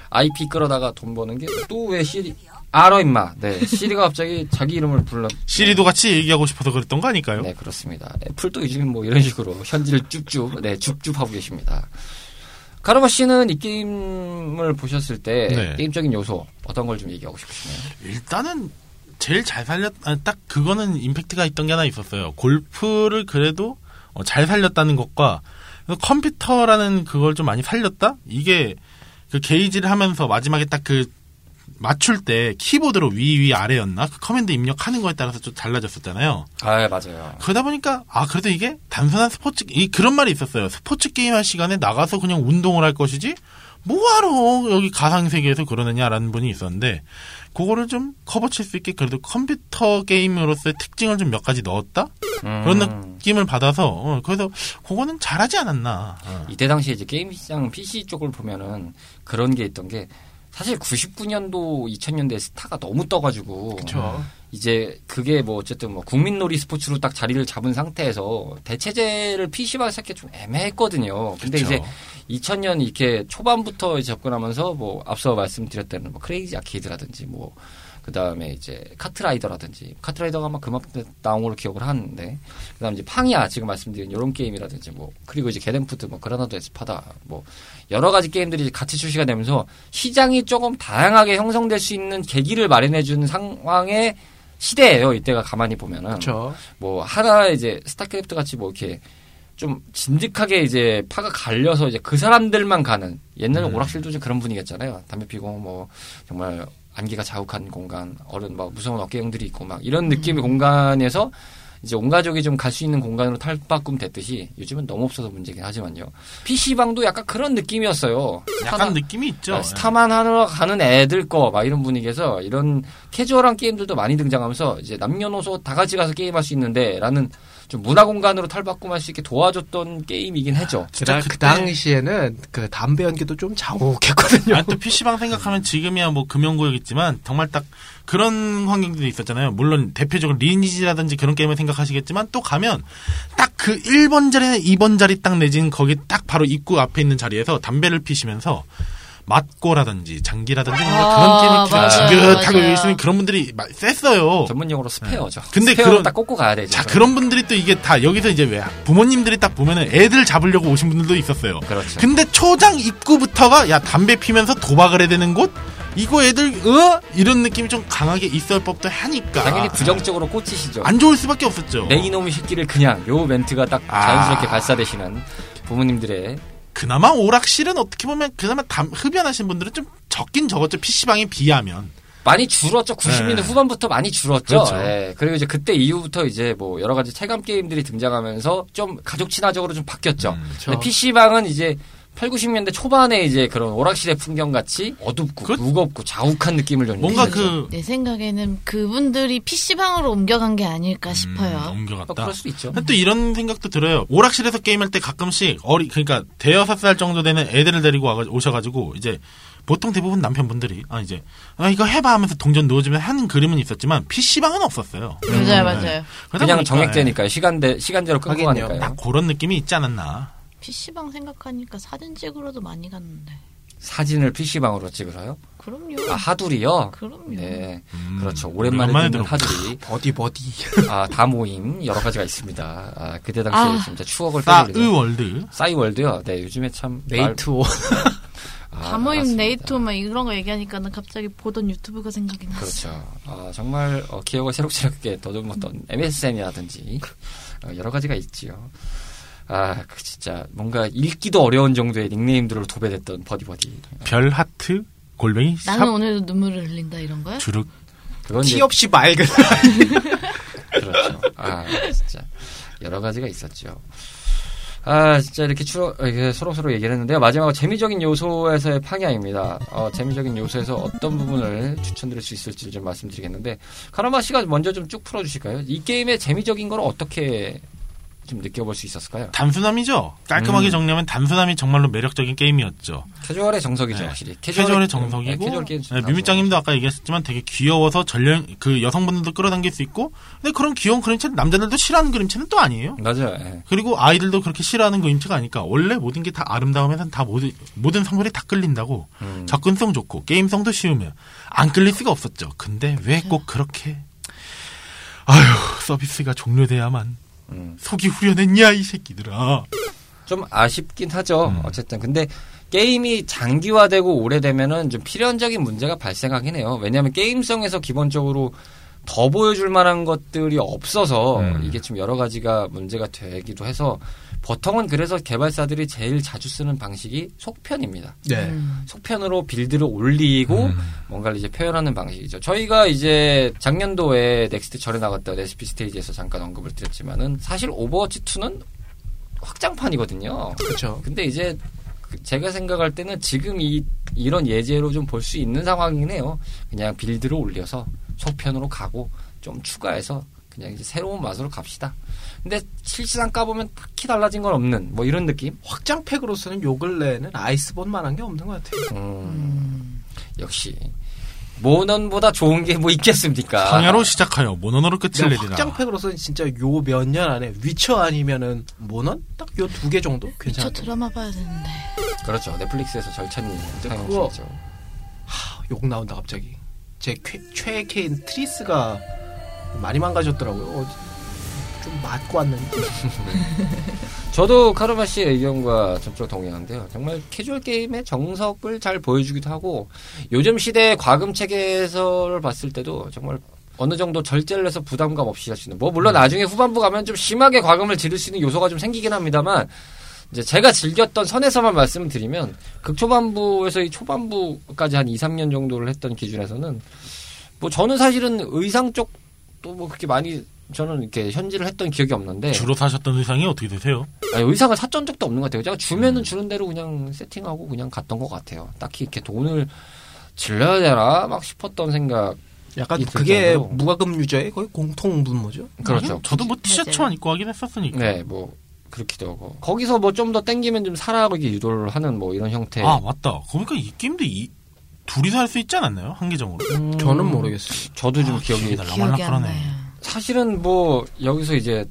[SPEAKER 1] IP 끌어다가 돈 버는 게 또 왜 시리 알아 임마. 네. 시리가 갑자기 자기 이름을 불렀
[SPEAKER 4] 시리도 같이 얘기하고 싶어서 그랬던 거 아닐까요?
[SPEAKER 1] 네, 그렇습니다. 애플도 요즘 뭐 이런 식으로 현지를 쭉쭉 네, 쭉쭉 하고 계십니다. 카르마 씨는 이 게임을 보셨을 때
[SPEAKER 4] 네.
[SPEAKER 1] 게임적인 요소 어떤 걸 좀 얘기하고 싶으시나요?
[SPEAKER 4] 일단은 제일 잘 살렸 아, 딱 그거는 임팩트가 있던 게 하나 있었어요. 골프를 그래도 어, 잘 살렸다는 것과 그래서 컴퓨터라는 그걸 좀 많이 살렸다. 이게 그 게이지를 하면서 마지막에 딱 그 맞출 때 키보드로 위 위 아래였나 그 커맨드 입력하는 거에 따라서 좀 달라졌었잖아요.
[SPEAKER 1] 아, 맞아요.
[SPEAKER 4] 그러다 보니까 아 그래도 이게 단순한 스포츠 이 그런 말이 있었어요. 스포츠 게임 할 시간에 나가서 그냥 운동을 할 것이지 뭐하러 여기 가상 세계에서 그러느냐라는 분이 있었는데 그거를 좀 커버칠 수 있게 그래도 컴퓨터 게임으로서의 특징을 좀 몇 가지 넣었다
[SPEAKER 1] 음.
[SPEAKER 4] 그런 느낌을 받아서 어, 그래서 그거는 잘하지 않았나. 어.
[SPEAKER 1] 이때 당시에 이제 게임 시장 PC 쪽을 보면은 그런 게 있던 게 사실 99년도 2000년대 스타가 너무 떠가지고
[SPEAKER 4] 음.
[SPEAKER 1] 이제 그게 뭐 어쨌든 뭐 국민놀이 스포츠로 딱 자리를 잡은 상태에서 대체제를 PC방 시작해 좀 애매했거든요. 근데
[SPEAKER 4] 그쵸.
[SPEAKER 1] 이제 2000년 이렇게 초반부터 이제 접근하면서 뭐 앞서 말씀드렸던 뭐 크레이지 아케이드라든지 뭐 그다음에 이제 카트라이더라든지 카트라이더가 아마 그만큼 나온 걸로 기억을 하는데 그다음 이제 팡이야 지금 말씀드린 이런 게임이라든지 뭐 그리고 이제 게덴푸드 뭐 그라나도 에스파다 뭐 여러 가지 게임들이 같이 출시가 되면서 시장이 조금 다양하게 형성될 수 있는 계기를 마련해 준 상황의 시대예요 이때가 가만히 보면은
[SPEAKER 3] 그렇죠.
[SPEAKER 1] 뭐 하나 이제 스타크래프트 같이 뭐 이렇게 좀 진득하게 이제 파가 갈려서 이제 그 사람들만 가는 옛날에 오락실도 좀 그런 분위기였잖아요. 담배 피고 뭐 정말 안개가 자욱한 공간, 어른 막 무서운 어깨형들이 있고 막 이런 느낌의 공간에서 이제 온 가족이 좀 갈 수 있는 공간으로 탈바꿈 됐듯이 요즘은 너무 없어서 문제긴 하지만요. PC방도 약간 그런 느낌이었어요.
[SPEAKER 4] 약간
[SPEAKER 1] 하나-
[SPEAKER 4] 느낌이 있죠.
[SPEAKER 1] 아, 스타만 하러 가는 애들 거 막 이런 분위기에서 이런 캐주얼한 게임들도 많이 등장하면서 이제 남녀노소 다 같이 가서 게임할 수 있는데라는 좀 문화 공간으로 탈바꿈할 수 있게 도와줬던 게임이긴 했죠.
[SPEAKER 4] 진짜
[SPEAKER 3] 그
[SPEAKER 4] 그때-
[SPEAKER 3] 당시에는 그 담배 연기도 좀 자욱했거든요.
[SPEAKER 4] 아또 PC방 생각하면 지금이야 뭐 금연구역 있지만 정말 딱 그런 환경들이 있었잖아요. 물론 대표적으로 리니지라든지 그런 게임을 생각하시겠지만 또 가면 딱 그 1번 자리나 2번 자리 딱 내진 거기 딱 바로 입구 앞에 있는 자리에서 담배를 피시면서 맞고라든지 장기라든지 뭔가
[SPEAKER 6] 아,
[SPEAKER 4] 그런
[SPEAKER 1] 맞아요,
[SPEAKER 4] 게임을 지긋하고
[SPEAKER 6] 맞아요.
[SPEAKER 4] 열심히 그런 분들이 마- 셌어요.
[SPEAKER 1] 전문용어로 스페어죠.
[SPEAKER 4] 아, 네. 근데
[SPEAKER 1] 스페어로
[SPEAKER 4] 그런-
[SPEAKER 1] 딱 꽂고 가야 되죠.
[SPEAKER 4] 자 그런 분들이 또 이게 다 여기서 이제 왜 부모님들이 딱 보면은 애들 잡으려고 오신 분들도 있었어요.
[SPEAKER 1] 그렇죠.
[SPEAKER 4] 근데 초장 입구부터가 야 담배 피면서 도박을 해야 되는 곳 이거 애들 어 이런 느낌이 좀 강하게 있을 법도 하니까
[SPEAKER 1] 당연히 부정적으로 네. 꽂히시죠.
[SPEAKER 4] 안 좋을 수밖에 없었죠.
[SPEAKER 1] 내 이놈의 새끼를 그냥 요 멘트가 딱
[SPEAKER 4] 아.
[SPEAKER 1] 자연스럽게 발사되시는 부모님들의
[SPEAKER 4] 그나마 오락실은 어떻게 보면 그나마 담, 흡연하신 분들은 좀 적긴 적었죠. PC방에 비하면.
[SPEAKER 1] 많이 줄었죠. 90년대
[SPEAKER 4] 네.
[SPEAKER 1] 후반부터 많이 줄었죠.
[SPEAKER 4] 그렇죠.
[SPEAKER 1] 예. 그리고 이제 그때 이후부터 이제 뭐 여러 가지 체감 게임들이 등장하면서 좀 가족 친화적으로 좀 바뀌었죠.
[SPEAKER 4] 음, 그렇죠.
[SPEAKER 1] 근데 PC방은 이제 8, 90년대 초반에 이제 그런 오락실의 풍경 같이 어둡고
[SPEAKER 4] 그-
[SPEAKER 1] 무겁고 자욱한 느낌을 좀
[SPEAKER 4] 뭔가
[SPEAKER 1] 유지했죠.
[SPEAKER 4] 그
[SPEAKER 2] 네.
[SPEAKER 6] 내 생각에는 그분들이 PC방으로 옮겨간 게 아닐까
[SPEAKER 2] 네.
[SPEAKER 6] 싶어요.
[SPEAKER 1] 어,
[SPEAKER 4] 음, 옮겨갔다.
[SPEAKER 1] 그럴 수도 있죠.
[SPEAKER 4] 또 이런 생각도 들어요. 오락실에서 게임할 때 가끔씩 어리 그러니까 대여섯 살 정도 되는 애들을 데리고 와가- 오셔가지고 이제 보통 대부분 남편분들이 아 이제 아 이거 해봐 하면서 동전 넣어주면 하는 그림은 있었지만 PC 방은 없었어요.
[SPEAKER 6] 맞아요, 맞아요.
[SPEAKER 4] 그러다
[SPEAKER 1] 음. 그냥
[SPEAKER 4] 보니까,
[SPEAKER 1] 정액제니까요. 시간대 시간제로 끊고
[SPEAKER 3] 하긴요.
[SPEAKER 4] 예,
[SPEAKER 1] 가니까요.
[SPEAKER 4] 딱 그런 느낌이 있지 않았나.
[SPEAKER 6] PC방 생각하니까 사진 찍으러도 많이 갔는데.
[SPEAKER 1] 사진을 PC방으로 찍으러요.
[SPEAKER 6] 그럼요.
[SPEAKER 1] 아, 하두리요.
[SPEAKER 6] 그럼요.
[SPEAKER 1] 네,
[SPEAKER 4] 음,
[SPEAKER 1] 그렇죠. 오랜만에
[SPEAKER 4] 오랜만에
[SPEAKER 1] 듣는
[SPEAKER 4] 들어보-
[SPEAKER 1] 하두리,
[SPEAKER 3] 버디 버디.
[SPEAKER 1] 아, 다모임 여러 가지가 있습니다. 아, 그때 당시에
[SPEAKER 6] 아.
[SPEAKER 1] 진짜 추억을
[SPEAKER 4] 싸의
[SPEAKER 1] 떠올리는
[SPEAKER 4] 월드.
[SPEAKER 1] 싸이월드요. 네, 요즘에 참 말-
[SPEAKER 3] 네이트 오.
[SPEAKER 1] 아,
[SPEAKER 6] 다모임
[SPEAKER 1] 맞습니다.
[SPEAKER 6] 네이토 막 이런 거 얘기하니까는 갑자기 보던 유튜브가 생각이 났어.
[SPEAKER 1] 그렇죠. 아, 정말 어, 기억을 새록새록게 더듬었던 MSN이라든지 어, 여러 가지가 있지요. 아, 그 진짜 뭔가 읽기도 어려운 정도의 닉네임들로 도배됐던 버디버디.
[SPEAKER 4] 별 하트 골뱅이
[SPEAKER 6] 나는
[SPEAKER 4] 샵
[SPEAKER 6] 오늘도 눈물을 흘린다 이런 거야?
[SPEAKER 4] 주륵
[SPEAKER 1] 그건 이제
[SPEAKER 3] 티 없이 맑은
[SPEAKER 1] 그렇죠. 아, 진짜. 여러 가지가 있었죠. 아, 진짜 이렇게 추러, 이렇게 서로서로 얘기를 했는데요. 마지막으로 재미적인 요소에서의 파괴입니다. 어, 재미적인 요소에서 어떤 부분을 추천드릴 수 있을지 좀 말씀드리겠는데, 카라마 씨가 먼저 좀 쭉 풀어주실까요? 이 게임의 재미적인 걸 어떻게 좀 느껴볼 수 있었을까요?
[SPEAKER 4] 단순함이죠. 깔끔하게
[SPEAKER 1] 음.
[SPEAKER 4] 정리하면 단순함이 정말로 매력적인 게임이었죠.
[SPEAKER 1] 캐주얼의 정석이죠,
[SPEAKER 4] 네.
[SPEAKER 1] 확실히.
[SPEAKER 4] 캐주얼의
[SPEAKER 1] 네,
[SPEAKER 4] 정석이고
[SPEAKER 1] 캐주얼 게임
[SPEAKER 4] 네, 뮤미짱님도 아까 얘기했지만 되게 귀여워서 전령 그 여성분들도 끌어당길 수 있고 근데 그런 귀여운 그림체는 남자들도 싫어하는 그림체는 또 아니에요.
[SPEAKER 1] 맞아요. 예.
[SPEAKER 4] 그리고 아이들도 그렇게 싫어하는 그림체가 아니까 원래 모든 게 다 아름다우면 다 모든 모든 성별이 다 끌린다고
[SPEAKER 1] 음.
[SPEAKER 4] 접근성 좋고 게임성도 쉬우면 안 끌릴 수가 없었죠. 근데 왜 꼭 그렇게 아휴 서비스가 종료돼야만
[SPEAKER 1] 음.
[SPEAKER 4] 속이 후련했냐 이 새끼들아.
[SPEAKER 1] 좀 아쉽긴 하죠.
[SPEAKER 4] 음.
[SPEAKER 1] 어쨌든 근데 게임이 장기화되고 오래되면은 좀 필연적인 문제가 발생하긴 해요. 왜냐하면 게임성에서 기본적으로 더 보여줄 만한 것들이 없어서
[SPEAKER 4] 음.
[SPEAKER 1] 이게 좀 여러 가지가 문제가 되기도 해서 보통은 그래서 개발사들이 제일 자주 쓰는 방식이 속편입니다.
[SPEAKER 3] 네.
[SPEAKER 6] 음.
[SPEAKER 1] 속편으로 빌드를 올리고
[SPEAKER 4] 음.
[SPEAKER 1] 뭔가를 이제 표현하는 방식이죠. 저희가 이제 작년도에 넥스트 절에 나갔던 레시피 스테이지에서 잠깐 언급을 드렸지만은 사실 오버워치 2는 확장판이거든요.
[SPEAKER 3] 그렇죠.
[SPEAKER 1] 근데 이제 그 제가 생각할 때는 지금 이 이런 예제로 좀 볼 수 있는 상황이긴 해요. 그냥 빌드를 올려서 속편으로 가고 좀 추가해서 그냥 이제 새로운 맛으로 갑시다. 근데 실시간 까보면 딱히 달라진 건 없는 뭐 이런 느낌.
[SPEAKER 3] 확장팩으로서는 요 근래는 아이스본만한 게 없는 것 같아요.
[SPEAKER 1] 음, 역시 모넌보다 좋은 게 뭐 있겠습니까?
[SPEAKER 4] 상야로 시작하여 모노노로 끝을
[SPEAKER 3] 그냥
[SPEAKER 4] 내리라.
[SPEAKER 3] 확장팩으로서는 진짜 요 몇 년 안에 위쳐 아니면은 모넌 딱 요 두 개 정도
[SPEAKER 6] 미쳐
[SPEAKER 3] 괜찮아요.
[SPEAKER 6] 드라마 봐야 되는데.
[SPEAKER 1] 그렇죠. 넷플릭스에서 절찬리 상영
[SPEAKER 3] 그거-
[SPEAKER 1] 중이죠.
[SPEAKER 3] 아, 욕 나온다 갑자기. 제 쾌- 최애 케인 트리스가 많이 망가졌더라고요. 어디 좀 맞고 왔는데.
[SPEAKER 1] 저도 카르마 씨의 의견과 전적 동의하는데요. 정말 캐주얼 게임의 정석을 잘 보여주기도 하고 요즘 시대의 과금 체계에서를 봤을 때도 정말 어느 정도 절제를 해서 부담감 없이 할 수 있는 뭐 물론 나중에 후반부 가면 좀 심하게 과금을 지를 수 있는 요소가 좀 생기긴 합니다만 이제 제가 즐겼던 선에서만 말씀을 드리면 극초반부에서 이 초반부까지 한 2, 3년 정도를 했던 기준에서는 뭐 저는 사실은 의상 쪽도 뭐 그렇게 많이 저는 이렇게 현질을 했던 기억이 없는데
[SPEAKER 4] 주로 사셨던 의상이 어떻게 되세요?
[SPEAKER 1] 아니, 의상을 샀던 적도 없는 것 같아요. 제가 주면은 주는 대로 그냥 세팅하고 그냥 갔던 것 같아요. 딱히 이렇게 돈을 질러야 되나 막 싶었던 생각.
[SPEAKER 3] 약간
[SPEAKER 1] 이
[SPEAKER 3] 그게
[SPEAKER 1] 정도로.
[SPEAKER 3] 무과금 유저의 거의 공통 분모죠.
[SPEAKER 1] 그렇죠.
[SPEAKER 4] 아니요, 저도 뭐 티셔츠만 입고 하긴 했었으니까.
[SPEAKER 1] 네, 뭐 그렇기도 하고 거기서 뭐 좀 더 땡기면 좀 사라고 이렇게 유도를 하는 뭐 이런 형태.
[SPEAKER 4] 아 맞다. 그러니까 이 게임도 이 둘이서 할 수 있지 않았나요? 한계적으로.
[SPEAKER 1] 음,
[SPEAKER 3] 저는 모르겠어요.
[SPEAKER 1] 저도 좀
[SPEAKER 4] 아,
[SPEAKER 1] 기억이
[SPEAKER 4] 기억이
[SPEAKER 6] 기억이 안
[SPEAKER 4] 말랑말랑하네.
[SPEAKER 6] 나요.
[SPEAKER 1] 사실은 뭐 여기서 이제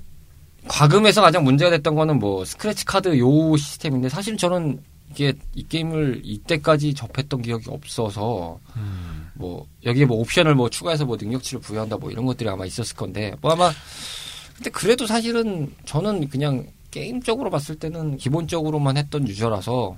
[SPEAKER 1] 과금에서 가장 문제가 됐던 거는 뭐 스크래치 카드 요 시스템인데 사실 저는 이게 이 게임을 이때까지 접했던 기억이 없어서
[SPEAKER 4] 음.
[SPEAKER 1] 뭐 여기에 뭐 옵션을 뭐 추가해서 뭐 능력치를 부여한다 뭐 이런 것들이 아마 있었을 건데 뭐 아마 근데 그래도 사실은 저는 그냥 게임적으로 봤을 때는 기본적으로만 했던 유저라서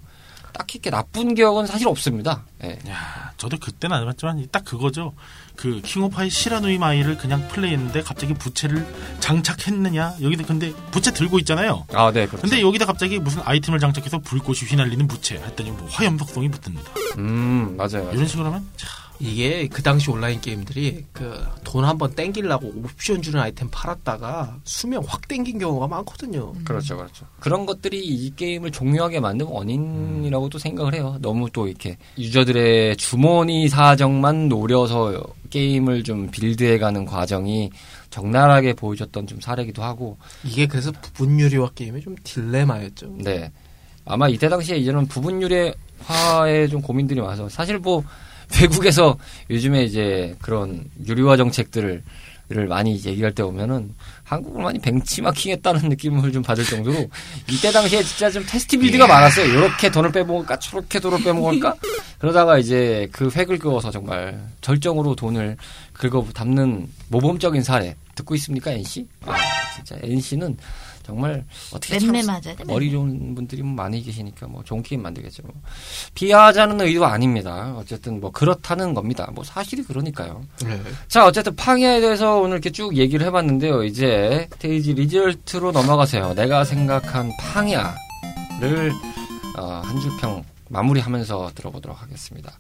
[SPEAKER 1] 딱히 이렇게 나쁜 기억은 사실 없습니다. 예.
[SPEAKER 4] 야, 아, 저도 그때는 안 해봤지만 딱 그거죠. 그 킹오파의 시라누이 마이를 그냥 플레이했는데 갑자기 부채를 장착했느냐? 여기서 근데 부채 들고 있잖아요.
[SPEAKER 1] 아, 네, 그렇죠.
[SPEAKER 4] 근데 여기다 갑자기 무슨 아이템을 장착해서 불꽃이 휘날리는 부채 했더니 뭐 화염석성이 붙습니다.
[SPEAKER 1] 음, 맞아요. 맞아요.
[SPEAKER 4] 이런 식으로 하면 참
[SPEAKER 3] 이게 그 당시 온라인 게임들이 그 돈 한번 땡기려고 옵션 주는 아이템 팔았다가 수명 확 땡긴 경우가 많거든요.
[SPEAKER 1] 그렇죠, 그렇죠. 그런 것들이 이 게임을 종료하게 만든 원인이라고도 생각을 해요. 너무 또 이렇게 유저들의 주머니 사정만 노려서 게임을 좀 빌드해가는 과정이 적나라하게 보여줬던 좀 사례기도 하고
[SPEAKER 3] 이게 그래서 분유리와 게임의 좀 딜레마였죠.
[SPEAKER 1] 네. 아마 이때 당시에 이제는 부분 유리화에 좀 고민들이 많아서 사실 뭐 외국에서 요즘에 이제 그런 유리화 정책들을 를 많이 얘기할 때 보면은 한국을 많이 벤치마킹했다는 느낌을 좀 받을 정도로 이때 당시에 진짜 좀 테스트 빌드가 많았어요. 이렇게 돈을 빼먹을까, 저렇게 돈을 빼먹을까. 그러다가 이제 그 획을 그어서 정말 절정으로 돈을 긁어 담는 모범적인 사례 듣고 있습니까, NC? 아, 진짜 NC는 정말 어떻게 참-
[SPEAKER 6] 맴매 맞아야
[SPEAKER 2] 네.
[SPEAKER 6] 돼.
[SPEAKER 1] 머리 좋은 분들이 뭐 많이 계시니까 뭐 좋은 게임 만들겠죠. 뭐. 비하하자는 의도 아닙니다. 어쨌든 뭐 그렇다는 겁니다. 뭐 사실이 그러니까요.
[SPEAKER 3] 네.
[SPEAKER 1] 자 어쨌든 팡야에 대해서 오늘 이렇게 쭉 얘기를 해봤는데요. 이제 스테이지 리절트로 넘어가세요. 내가 생각한 어, 팡야를 한 줄 평 마무리하면서 들어보도록 하겠습니다.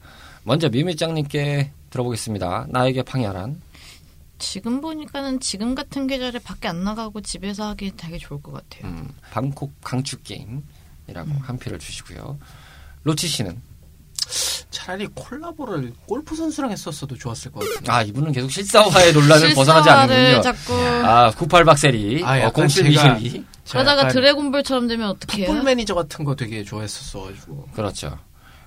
[SPEAKER 1] 먼저 미미짱님께 들어보겠습니다. 나에게 방야란
[SPEAKER 6] 지금 보니까는 지금 같은 계절에 밖에 안 나가고 집에서 하기 되게 좋을 것 같아요.
[SPEAKER 1] 음, 방콕 강추 게임이라고 한 표를 주시고요. 로치 씨는
[SPEAKER 3] 차라리 콜라보를 골프 선수랑 했었어도 좋았을 것 같아요.
[SPEAKER 1] 아 이분은 계속 실사화의 논란을 벗어나지
[SPEAKER 6] 실사화를
[SPEAKER 1] 않는군요.
[SPEAKER 6] 자꾸
[SPEAKER 1] 아 98박세리,
[SPEAKER 3] 아,
[SPEAKER 1] 어,
[SPEAKER 3] 약간
[SPEAKER 1] 0722 음.
[SPEAKER 6] 그러다가 드래곤볼처럼 되면 어떡해요?
[SPEAKER 3] 풋볼 매니저 같은 거 되게 좋아했었어가지고.
[SPEAKER 1] 그렇죠.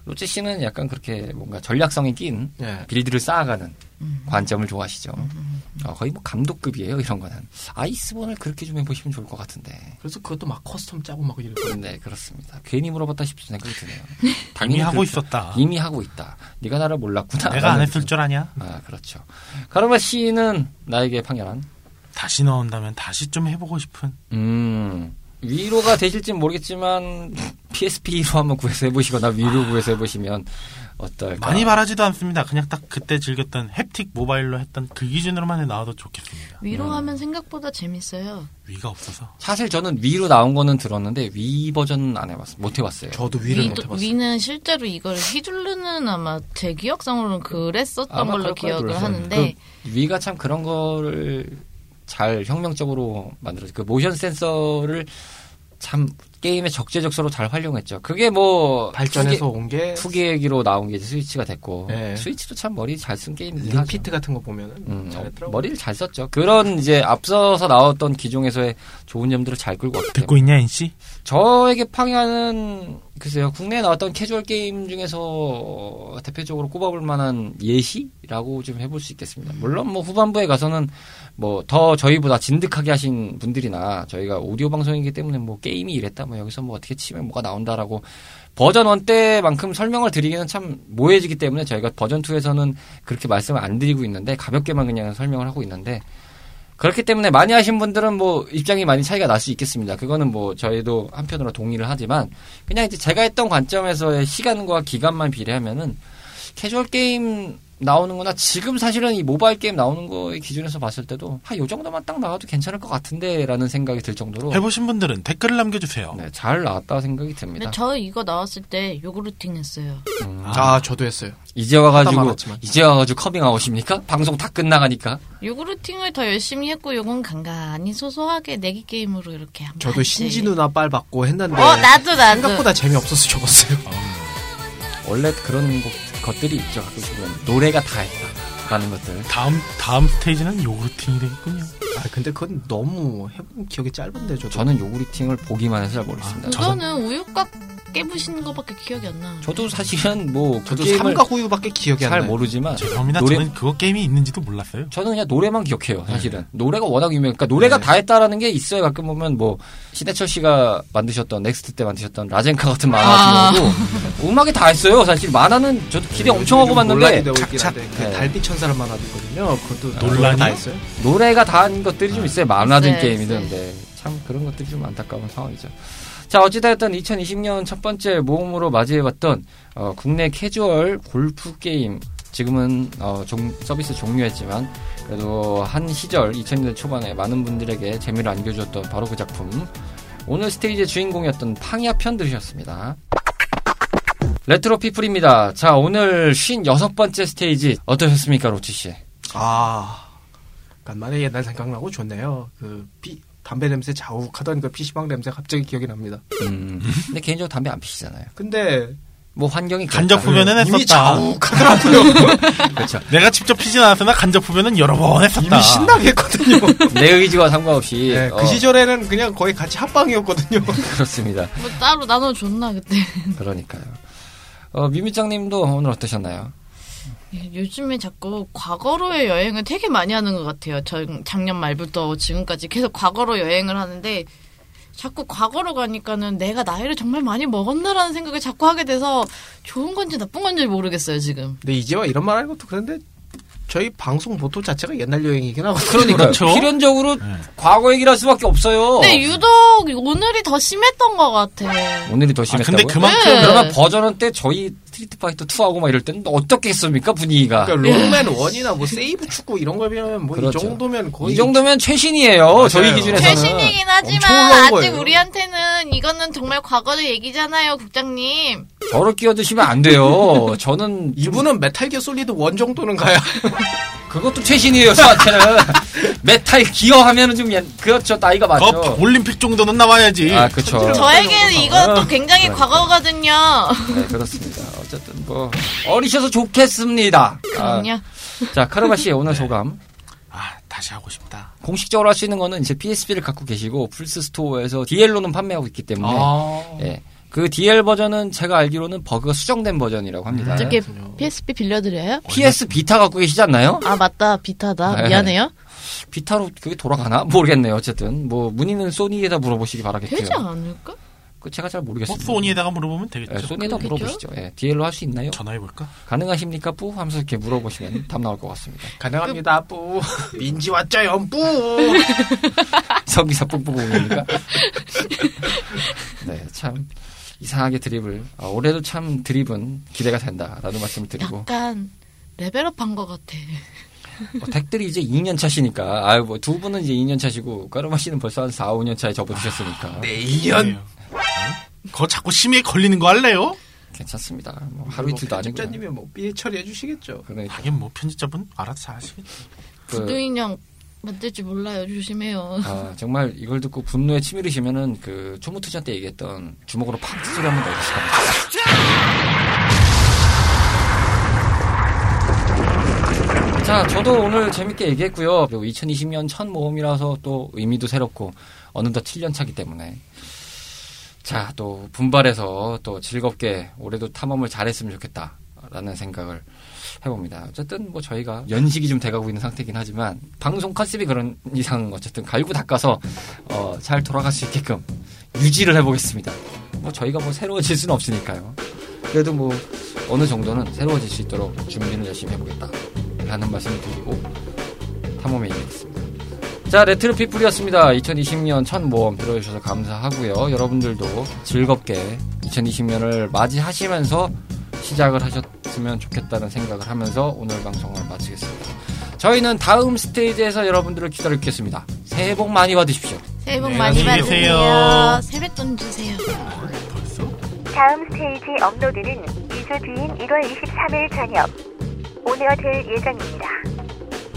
[SPEAKER 1] 로치 씨는 약간 그렇게 뭔가 전략성이 낀
[SPEAKER 3] 예.
[SPEAKER 1] 빌드를 쌓아가는 관점을 좋아하시죠. 어, 거의 뭐 감독급이에요 이런 거는. 아이스본을 그렇게 좀 해보시면 좋을 것 같은데.
[SPEAKER 3] 그래서 그것도 막 커스텀 짜고 막 이랬거든요.
[SPEAKER 1] 네 그렇습니다. 괜히 물어봤다 싶은 생각이 드네요.
[SPEAKER 4] 이미
[SPEAKER 1] 당연히
[SPEAKER 4] 하고
[SPEAKER 1] 그렇죠.
[SPEAKER 4] 있었다.
[SPEAKER 1] 이미 하고 있다. 네가 나를 몰랐구나.
[SPEAKER 4] 내가 안
[SPEAKER 1] 라는
[SPEAKER 4] 했을 줄 아냐?
[SPEAKER 1] 아, 그렇죠. 카르마 씨는 나에게 방열한.
[SPEAKER 4] 다시 나온다면 다시 좀 해보고 싶은.
[SPEAKER 1] 음. 위로가 되실진 모르겠지만 PSP로 한번 구해서 해보시거나 위로 구해서 해보시면 어떨까.
[SPEAKER 4] 많이 바라지도 않습니다. 그냥 딱 그때 즐겼던 햅틱 모바일로 했던 그 기준으로만 나와도 좋겠습니다.
[SPEAKER 6] 위로하면 생각보다 재밌어요.
[SPEAKER 4] 위가 없어서.
[SPEAKER 1] 사실 저는 위로 나온 거는 들었는데 위 버전은 안 해봤어요. 못 해봤어요.
[SPEAKER 3] 저도 위를
[SPEAKER 6] 위,
[SPEAKER 3] 못 해봤어요.
[SPEAKER 6] 위는 실제로 이걸 휘둘르는 아마 제 기억상으로는 그랬었던
[SPEAKER 1] 아마
[SPEAKER 6] 걸로
[SPEAKER 1] 그럴 거예요,
[SPEAKER 6] 기억을
[SPEAKER 1] 그래서.
[SPEAKER 6] 하는데
[SPEAKER 1] 그 위가 참 그런 거를 잘 혁명적으로 만들었어요. 그 모션 센서를 참 게임에 적재적소로 잘 활용했죠. 그게 뭐
[SPEAKER 3] 발전해서 온 게
[SPEAKER 1] 투기기로 나온 게 이제 스위치가 됐고
[SPEAKER 3] 네.
[SPEAKER 1] 스위치도 참 머리 잘 쓴 게임이긴 하죠.
[SPEAKER 3] 링피트 같은 거 보면은
[SPEAKER 1] 음,
[SPEAKER 3] 잘했더라고.
[SPEAKER 1] 머리를 잘 썼죠. 그런 이제 앞서서 나왔던 기종에서의 좋은 점들을 잘 끌고 왔기
[SPEAKER 4] 듣고
[SPEAKER 1] 때문에
[SPEAKER 4] 있냐, NC?
[SPEAKER 1] 저에게 팡야는 글쎄요 국내에 나왔던 캐주얼 게임 중에서 대표적으로 꼽아볼 만한 예시라고 좀 해볼 수 있겠습니다. 물론 뭐 후반부에 가서는 뭐 더 저희보다 진득하게 하신 분들이나 저희가 오디오 방송이기 때문에 뭐 게임이 이랬다 뭐 여기서 뭐 어떻게 치면 뭐가 나온다라고 버전 1 때만큼 설명을 드리기는 참 모해지기 때문에 저희가 버전 2에서는 그렇게 말씀을 안 드리고 있는데 가볍게만 그냥 설명을 하고 있는데 그렇기 때문에 많이 하신 분들은 뭐 입장이 많이 차이가 날 수 있겠습니다. 그거는 뭐 저희도 한편으로 동의를 하지만 그냥 이제 제가 했던 관점에서의 시간과 기간만 비례하면은 캐주얼 게임 나오는거나 지금 사실은 이 모바일 게임 나오는 거의 기준에서 봤을 때도 한 요 정도만 딱 나와도 괜찮을 것 같은데라는 생각이 들 정도로
[SPEAKER 4] 해보신 분들은 댓글을 남겨주세요.
[SPEAKER 1] 네, 잘 나왔다 생각이 듭니다.
[SPEAKER 6] 근데 저 이거 나왔을 때 요구르팅 했어요.
[SPEAKER 3] 아 저도 했어요.
[SPEAKER 1] 이제
[SPEAKER 3] 하다
[SPEAKER 1] 와가지고
[SPEAKER 3] 말았지만.
[SPEAKER 1] 이제 와가지고 커밍아웃입니까? 방송 다 끝나가니까
[SPEAKER 6] 요구르팅을 더 열심히 했고 요건 간간히 소소하게 내기 게임으로 이렇게 한
[SPEAKER 3] 저도 신지 누나 빨 받고 했는데
[SPEAKER 6] 어 나도 나도
[SPEAKER 3] 생각보다 재미없어서 접었어요.
[SPEAKER 1] 원래 그런 것- 것들이 있죠. 가끔씩 보면 노래가 다 했다라는 것들.
[SPEAKER 4] 다음, 다음 스테이지는 요구르팅이 되겠군요.
[SPEAKER 3] 아 근데 그건 너무 해본 기억이 짧은데 저도.
[SPEAKER 1] 저는 요구리팅을 보기만 해서 잘 모르겠습니다.
[SPEAKER 4] 저-
[SPEAKER 6] 저는 우유곽 깨부시는 것밖에 기억이 안 나.
[SPEAKER 1] 저도 사실은 뭐그
[SPEAKER 3] 저도
[SPEAKER 1] 게임을
[SPEAKER 3] 삼각 우유밖에 기억이 안
[SPEAKER 1] 잘
[SPEAKER 3] 나요.
[SPEAKER 1] 모르지만
[SPEAKER 4] 죄송합니다.
[SPEAKER 1] 노래
[SPEAKER 4] 저는 그거 게임이 있는지도 몰랐어요.
[SPEAKER 1] 저는 그냥 노래만 기억해요. 사실은 노래가 워낙 유명하니까 노래가 다 했다라는 게 있어요. 가끔 보면 뭐 신해철 씨가 만드셨던 넥스트 때 만드셨던 라젠카 같은 만화 같은 경우도 음악이 다 했어요. 사실 만화는 저도 기대 엄청 하고 봤는데
[SPEAKER 3] 착착
[SPEAKER 1] 네.
[SPEAKER 3] 그 달빛 천사란 만화도 있거든요. 그것도
[SPEAKER 4] 논란이?
[SPEAKER 3] 논란이 다 했어요.
[SPEAKER 1] 노래가 다 한 것들이 좀 있어요. 만화든
[SPEAKER 6] 있어요,
[SPEAKER 1] 게임이든.
[SPEAKER 6] 있어요.
[SPEAKER 1] 아, 네. 참 그런 것들이 좀 안타까운 상황이죠. 자, 어찌되었든 2020년 첫 번째 모험으로 맞이해봤던 어, 국내 캐주얼 골프 게임. 지금은 어, 종- 서비스 종료했지만 그래도 한 시절 2000년대 초반에 많은 분들에게 재미를 안겨주었던 바로 그 작품. 오늘 스테이지의 주인공이었던 팡야 편 들으셨습니다. 레트로 피플입니다. 자, 오늘 56번째 스테이지 어떠셨습니까, 로치 씨?
[SPEAKER 3] 아, 간만에 옛날 생각나고 좋네요. 그 피, 담배 냄새 자욱하던 그 PC방 냄새 갑자기 기억이 납니다.
[SPEAKER 1] 음. 근데 개인적으로 담배 안 피시잖아요.
[SPEAKER 3] 근데
[SPEAKER 1] 뭐 환경이
[SPEAKER 4] 간접
[SPEAKER 1] 그렇다.
[SPEAKER 4] 흡연은
[SPEAKER 3] 이미
[SPEAKER 4] 했었다.
[SPEAKER 3] 자욱하더라고요.
[SPEAKER 1] 그렇죠.
[SPEAKER 4] 내가 직접 피진 않았으나 간접 흡연은 여러 번 했었다.
[SPEAKER 3] 이미 신나게 했거든요.
[SPEAKER 1] 내 의지와 상관없이
[SPEAKER 3] 네,
[SPEAKER 1] 어,
[SPEAKER 3] 그 시절에는 그냥 거의 같이 합방이었거든요.
[SPEAKER 1] 그렇습니다.
[SPEAKER 6] 뭐 따로 나눠 줬나 그때.
[SPEAKER 1] 그러니까요. 어, 미미짱님도 오늘 어떠셨나요?
[SPEAKER 6] 요즘에 자꾸 과거로의 여행을 되게 많이 하는 것 같아요. 저 작년 말부터 지금까지 계속 과거로 여행을 하는데 자꾸 과거로 가니까는 내가 나이를 정말 많이 먹었나라는 생각을 자꾸 하게 돼서 좋은 건지 나쁜 건지 모르겠어요 지금.
[SPEAKER 3] 근데 이제와 이런 말 하는 것도 그런데 저희 방송 모토 자체가 옛날 여행이긴 하고
[SPEAKER 1] 그러니까
[SPEAKER 4] 그렇죠.
[SPEAKER 1] 필연적으로 과거 얘기를 할 수밖에 없어요.
[SPEAKER 6] 근데 네, 유독 오늘이 더 심했던 것 같아.
[SPEAKER 1] 오늘이 더
[SPEAKER 4] 아,
[SPEAKER 1] 심했다고요?
[SPEAKER 4] 근데 그만큼
[SPEAKER 6] 네.
[SPEAKER 1] 그러면 버전은 때 저희 스트리트 파이터 2하고 막 이럴 때는 어떻게 했습니까 분위기가
[SPEAKER 3] 그러니까 롱맨 원이나 뭐 세이브 축구 이런 거에 비하면 뭐
[SPEAKER 1] 그렇죠.
[SPEAKER 3] 이 정도면 거의
[SPEAKER 1] 이 정도면 최신이에요 저희
[SPEAKER 3] 맞아요.
[SPEAKER 1] 기준에서는
[SPEAKER 6] 최신이긴
[SPEAKER 3] 엄청
[SPEAKER 6] 하지만
[SPEAKER 3] 올라온
[SPEAKER 6] 아직
[SPEAKER 3] 거예요.
[SPEAKER 6] 우리한테는 이거는 정말 과거의 얘기잖아요, 국장님.
[SPEAKER 1] 저를 끼워드시면 안 돼요 저는 좀
[SPEAKER 3] 이분은 메탈 기어 솔리드 원 정도는 가야
[SPEAKER 1] 그것도 최신이에요 저한테는 메탈 기어 하면은 좀 옛- 그렇죠 나이가
[SPEAKER 4] 거
[SPEAKER 1] 맞죠
[SPEAKER 4] 올림픽 정도는 나와야지.
[SPEAKER 1] 아 그렇죠
[SPEAKER 6] 저에게는 이건 또 굉장히
[SPEAKER 1] 아.
[SPEAKER 6] 과거거든요.
[SPEAKER 1] 네, 그렇습니다 어쨌든 뭐 어리셔서 좋겠습니다 아,
[SPEAKER 6] 그럼요.
[SPEAKER 1] 자 카르바 씨의 오늘 소감
[SPEAKER 4] 아, 다시 하고 싶다.
[SPEAKER 1] 공식적으로 할 수 있는 거는 이제 PSP를 갖고 계시고 플스 스토어에서 DL로는 판매하고 있기 때문에
[SPEAKER 3] 아.
[SPEAKER 1] 예. 그 DL 버전은 제가 알기로는 버그가 수정된 버전이라고 합니다.
[SPEAKER 2] 저게 PSP 빌려드려요?
[SPEAKER 1] PS 비타 갖고 계시지 않나요?
[SPEAKER 2] 아 맞다 비타다
[SPEAKER 1] 네.
[SPEAKER 2] 미안해요.
[SPEAKER 1] 비타로 그게 돌아가나? 모르겠네요. 어쨌든 뭐 문의는 소니에다 물어보시기 바라겠고요.
[SPEAKER 6] 되지 않을까?
[SPEAKER 1] 그 제가 잘
[SPEAKER 4] 뭐
[SPEAKER 1] 모르겠습니다.
[SPEAKER 4] 소니에다가 물어보면 되겠죠.
[SPEAKER 1] 예, 소니에다
[SPEAKER 6] 그렇겠죠?
[SPEAKER 1] 물어보시죠. 예, DL로 할 수 있나요?
[SPEAKER 4] 전화해볼까?
[SPEAKER 1] 가능하십니까? 뿌 하면서 이렇게 물어보시면 답 나올 것 같습니다.
[SPEAKER 3] 가능합니다 뿌 민지 왔자요 뿌
[SPEAKER 1] 네. 성기사 뿜뿜뿜입니까? 네, 참 이상하게 드립을 아, 올해도 참 드립은 기대가 된다라는 말씀을 드리고
[SPEAKER 6] 약간 레벨업 한것 같아.
[SPEAKER 1] 뭐 댁들이 이제 2년 차시니까 아유 뭐 두 분은 이제 2년 차시고 까르마 씨는 벌써 한 4, 5년 차에 접어드셨으니까
[SPEAKER 3] 네.
[SPEAKER 1] 네.
[SPEAKER 3] 내년
[SPEAKER 4] 어? 그거 자꾸 심의에 걸리는 거 할래요?
[SPEAKER 1] 괜찮습니다. 뭐 하루 이틀도 아니고
[SPEAKER 3] 편집자님이 뭐삐 처리해 주시겠죠
[SPEAKER 1] 그러니까
[SPEAKER 4] 하긴 뭐 편집자분 알아서 잘 하시겠지.
[SPEAKER 1] 그,
[SPEAKER 6] 부두인형 만들지 몰라요. 조심해요.
[SPEAKER 1] 아, 정말 이걸 듣고 분노에 치밀으시면은 그 초무투자 때 얘기했던 주먹으로 팍 소리 한번 내주시기 바랍니다. 자, 저도 오늘 재밌게 얘기했고요. 그리고 2020년 첫 모험이라서 또 의미도 새롭고 어느덧 7년 차기 때문에 자, 또 분발해서 또 즐겁게 올해도 탐험을 잘했으면 좋겠다라는 생각을 해봅니다. 어쨌든 뭐 저희가 연식이 좀 돼가고 있는 상태긴 하지만 방송 컨셉이 그런 이상 어쨌든 갈고 닦아서 어, 잘 돌아갈 수 있게끔 유지를 해보겠습니다. 뭐 저희가 뭐 새로워질 수는 없으니까요. 그래도 뭐 어느 정도는 새로워질 수 있도록 준비는 열심히 해보겠다라는 말씀을 드리고 탐험에 임하겠습니다. 자, 레트로 피플이었습니다. 2020년 첫 모험 들어주셔서 감사하고요. 여러분들도 즐겁게 2020년을 맞이하시면서 시작을 하셨으면 좋겠다는 생각을 하면서 오늘 방송을 마치겠습니다. 저희는 다음 스테이지에서 여러분들을 기다리겠습니다. 새해 복 많이 받으십시오.
[SPEAKER 6] 새해 복
[SPEAKER 4] 네,
[SPEAKER 6] 많이
[SPEAKER 4] 안녕히
[SPEAKER 6] 받으세요.
[SPEAKER 4] 계세요.
[SPEAKER 6] 세뱃돈 주세요.
[SPEAKER 7] 다음 스테이지 업로드는 2주 뒤인 1월 23일 저녁 5내어 될 예정입니다.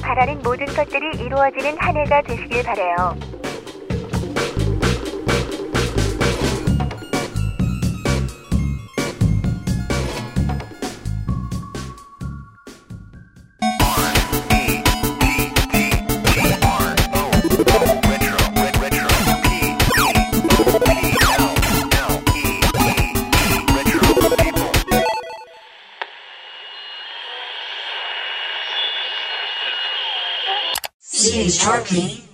[SPEAKER 7] 바라는 모든 것들이 이루어지는 한 해가 되시길 바래요.
[SPEAKER 8] CHRP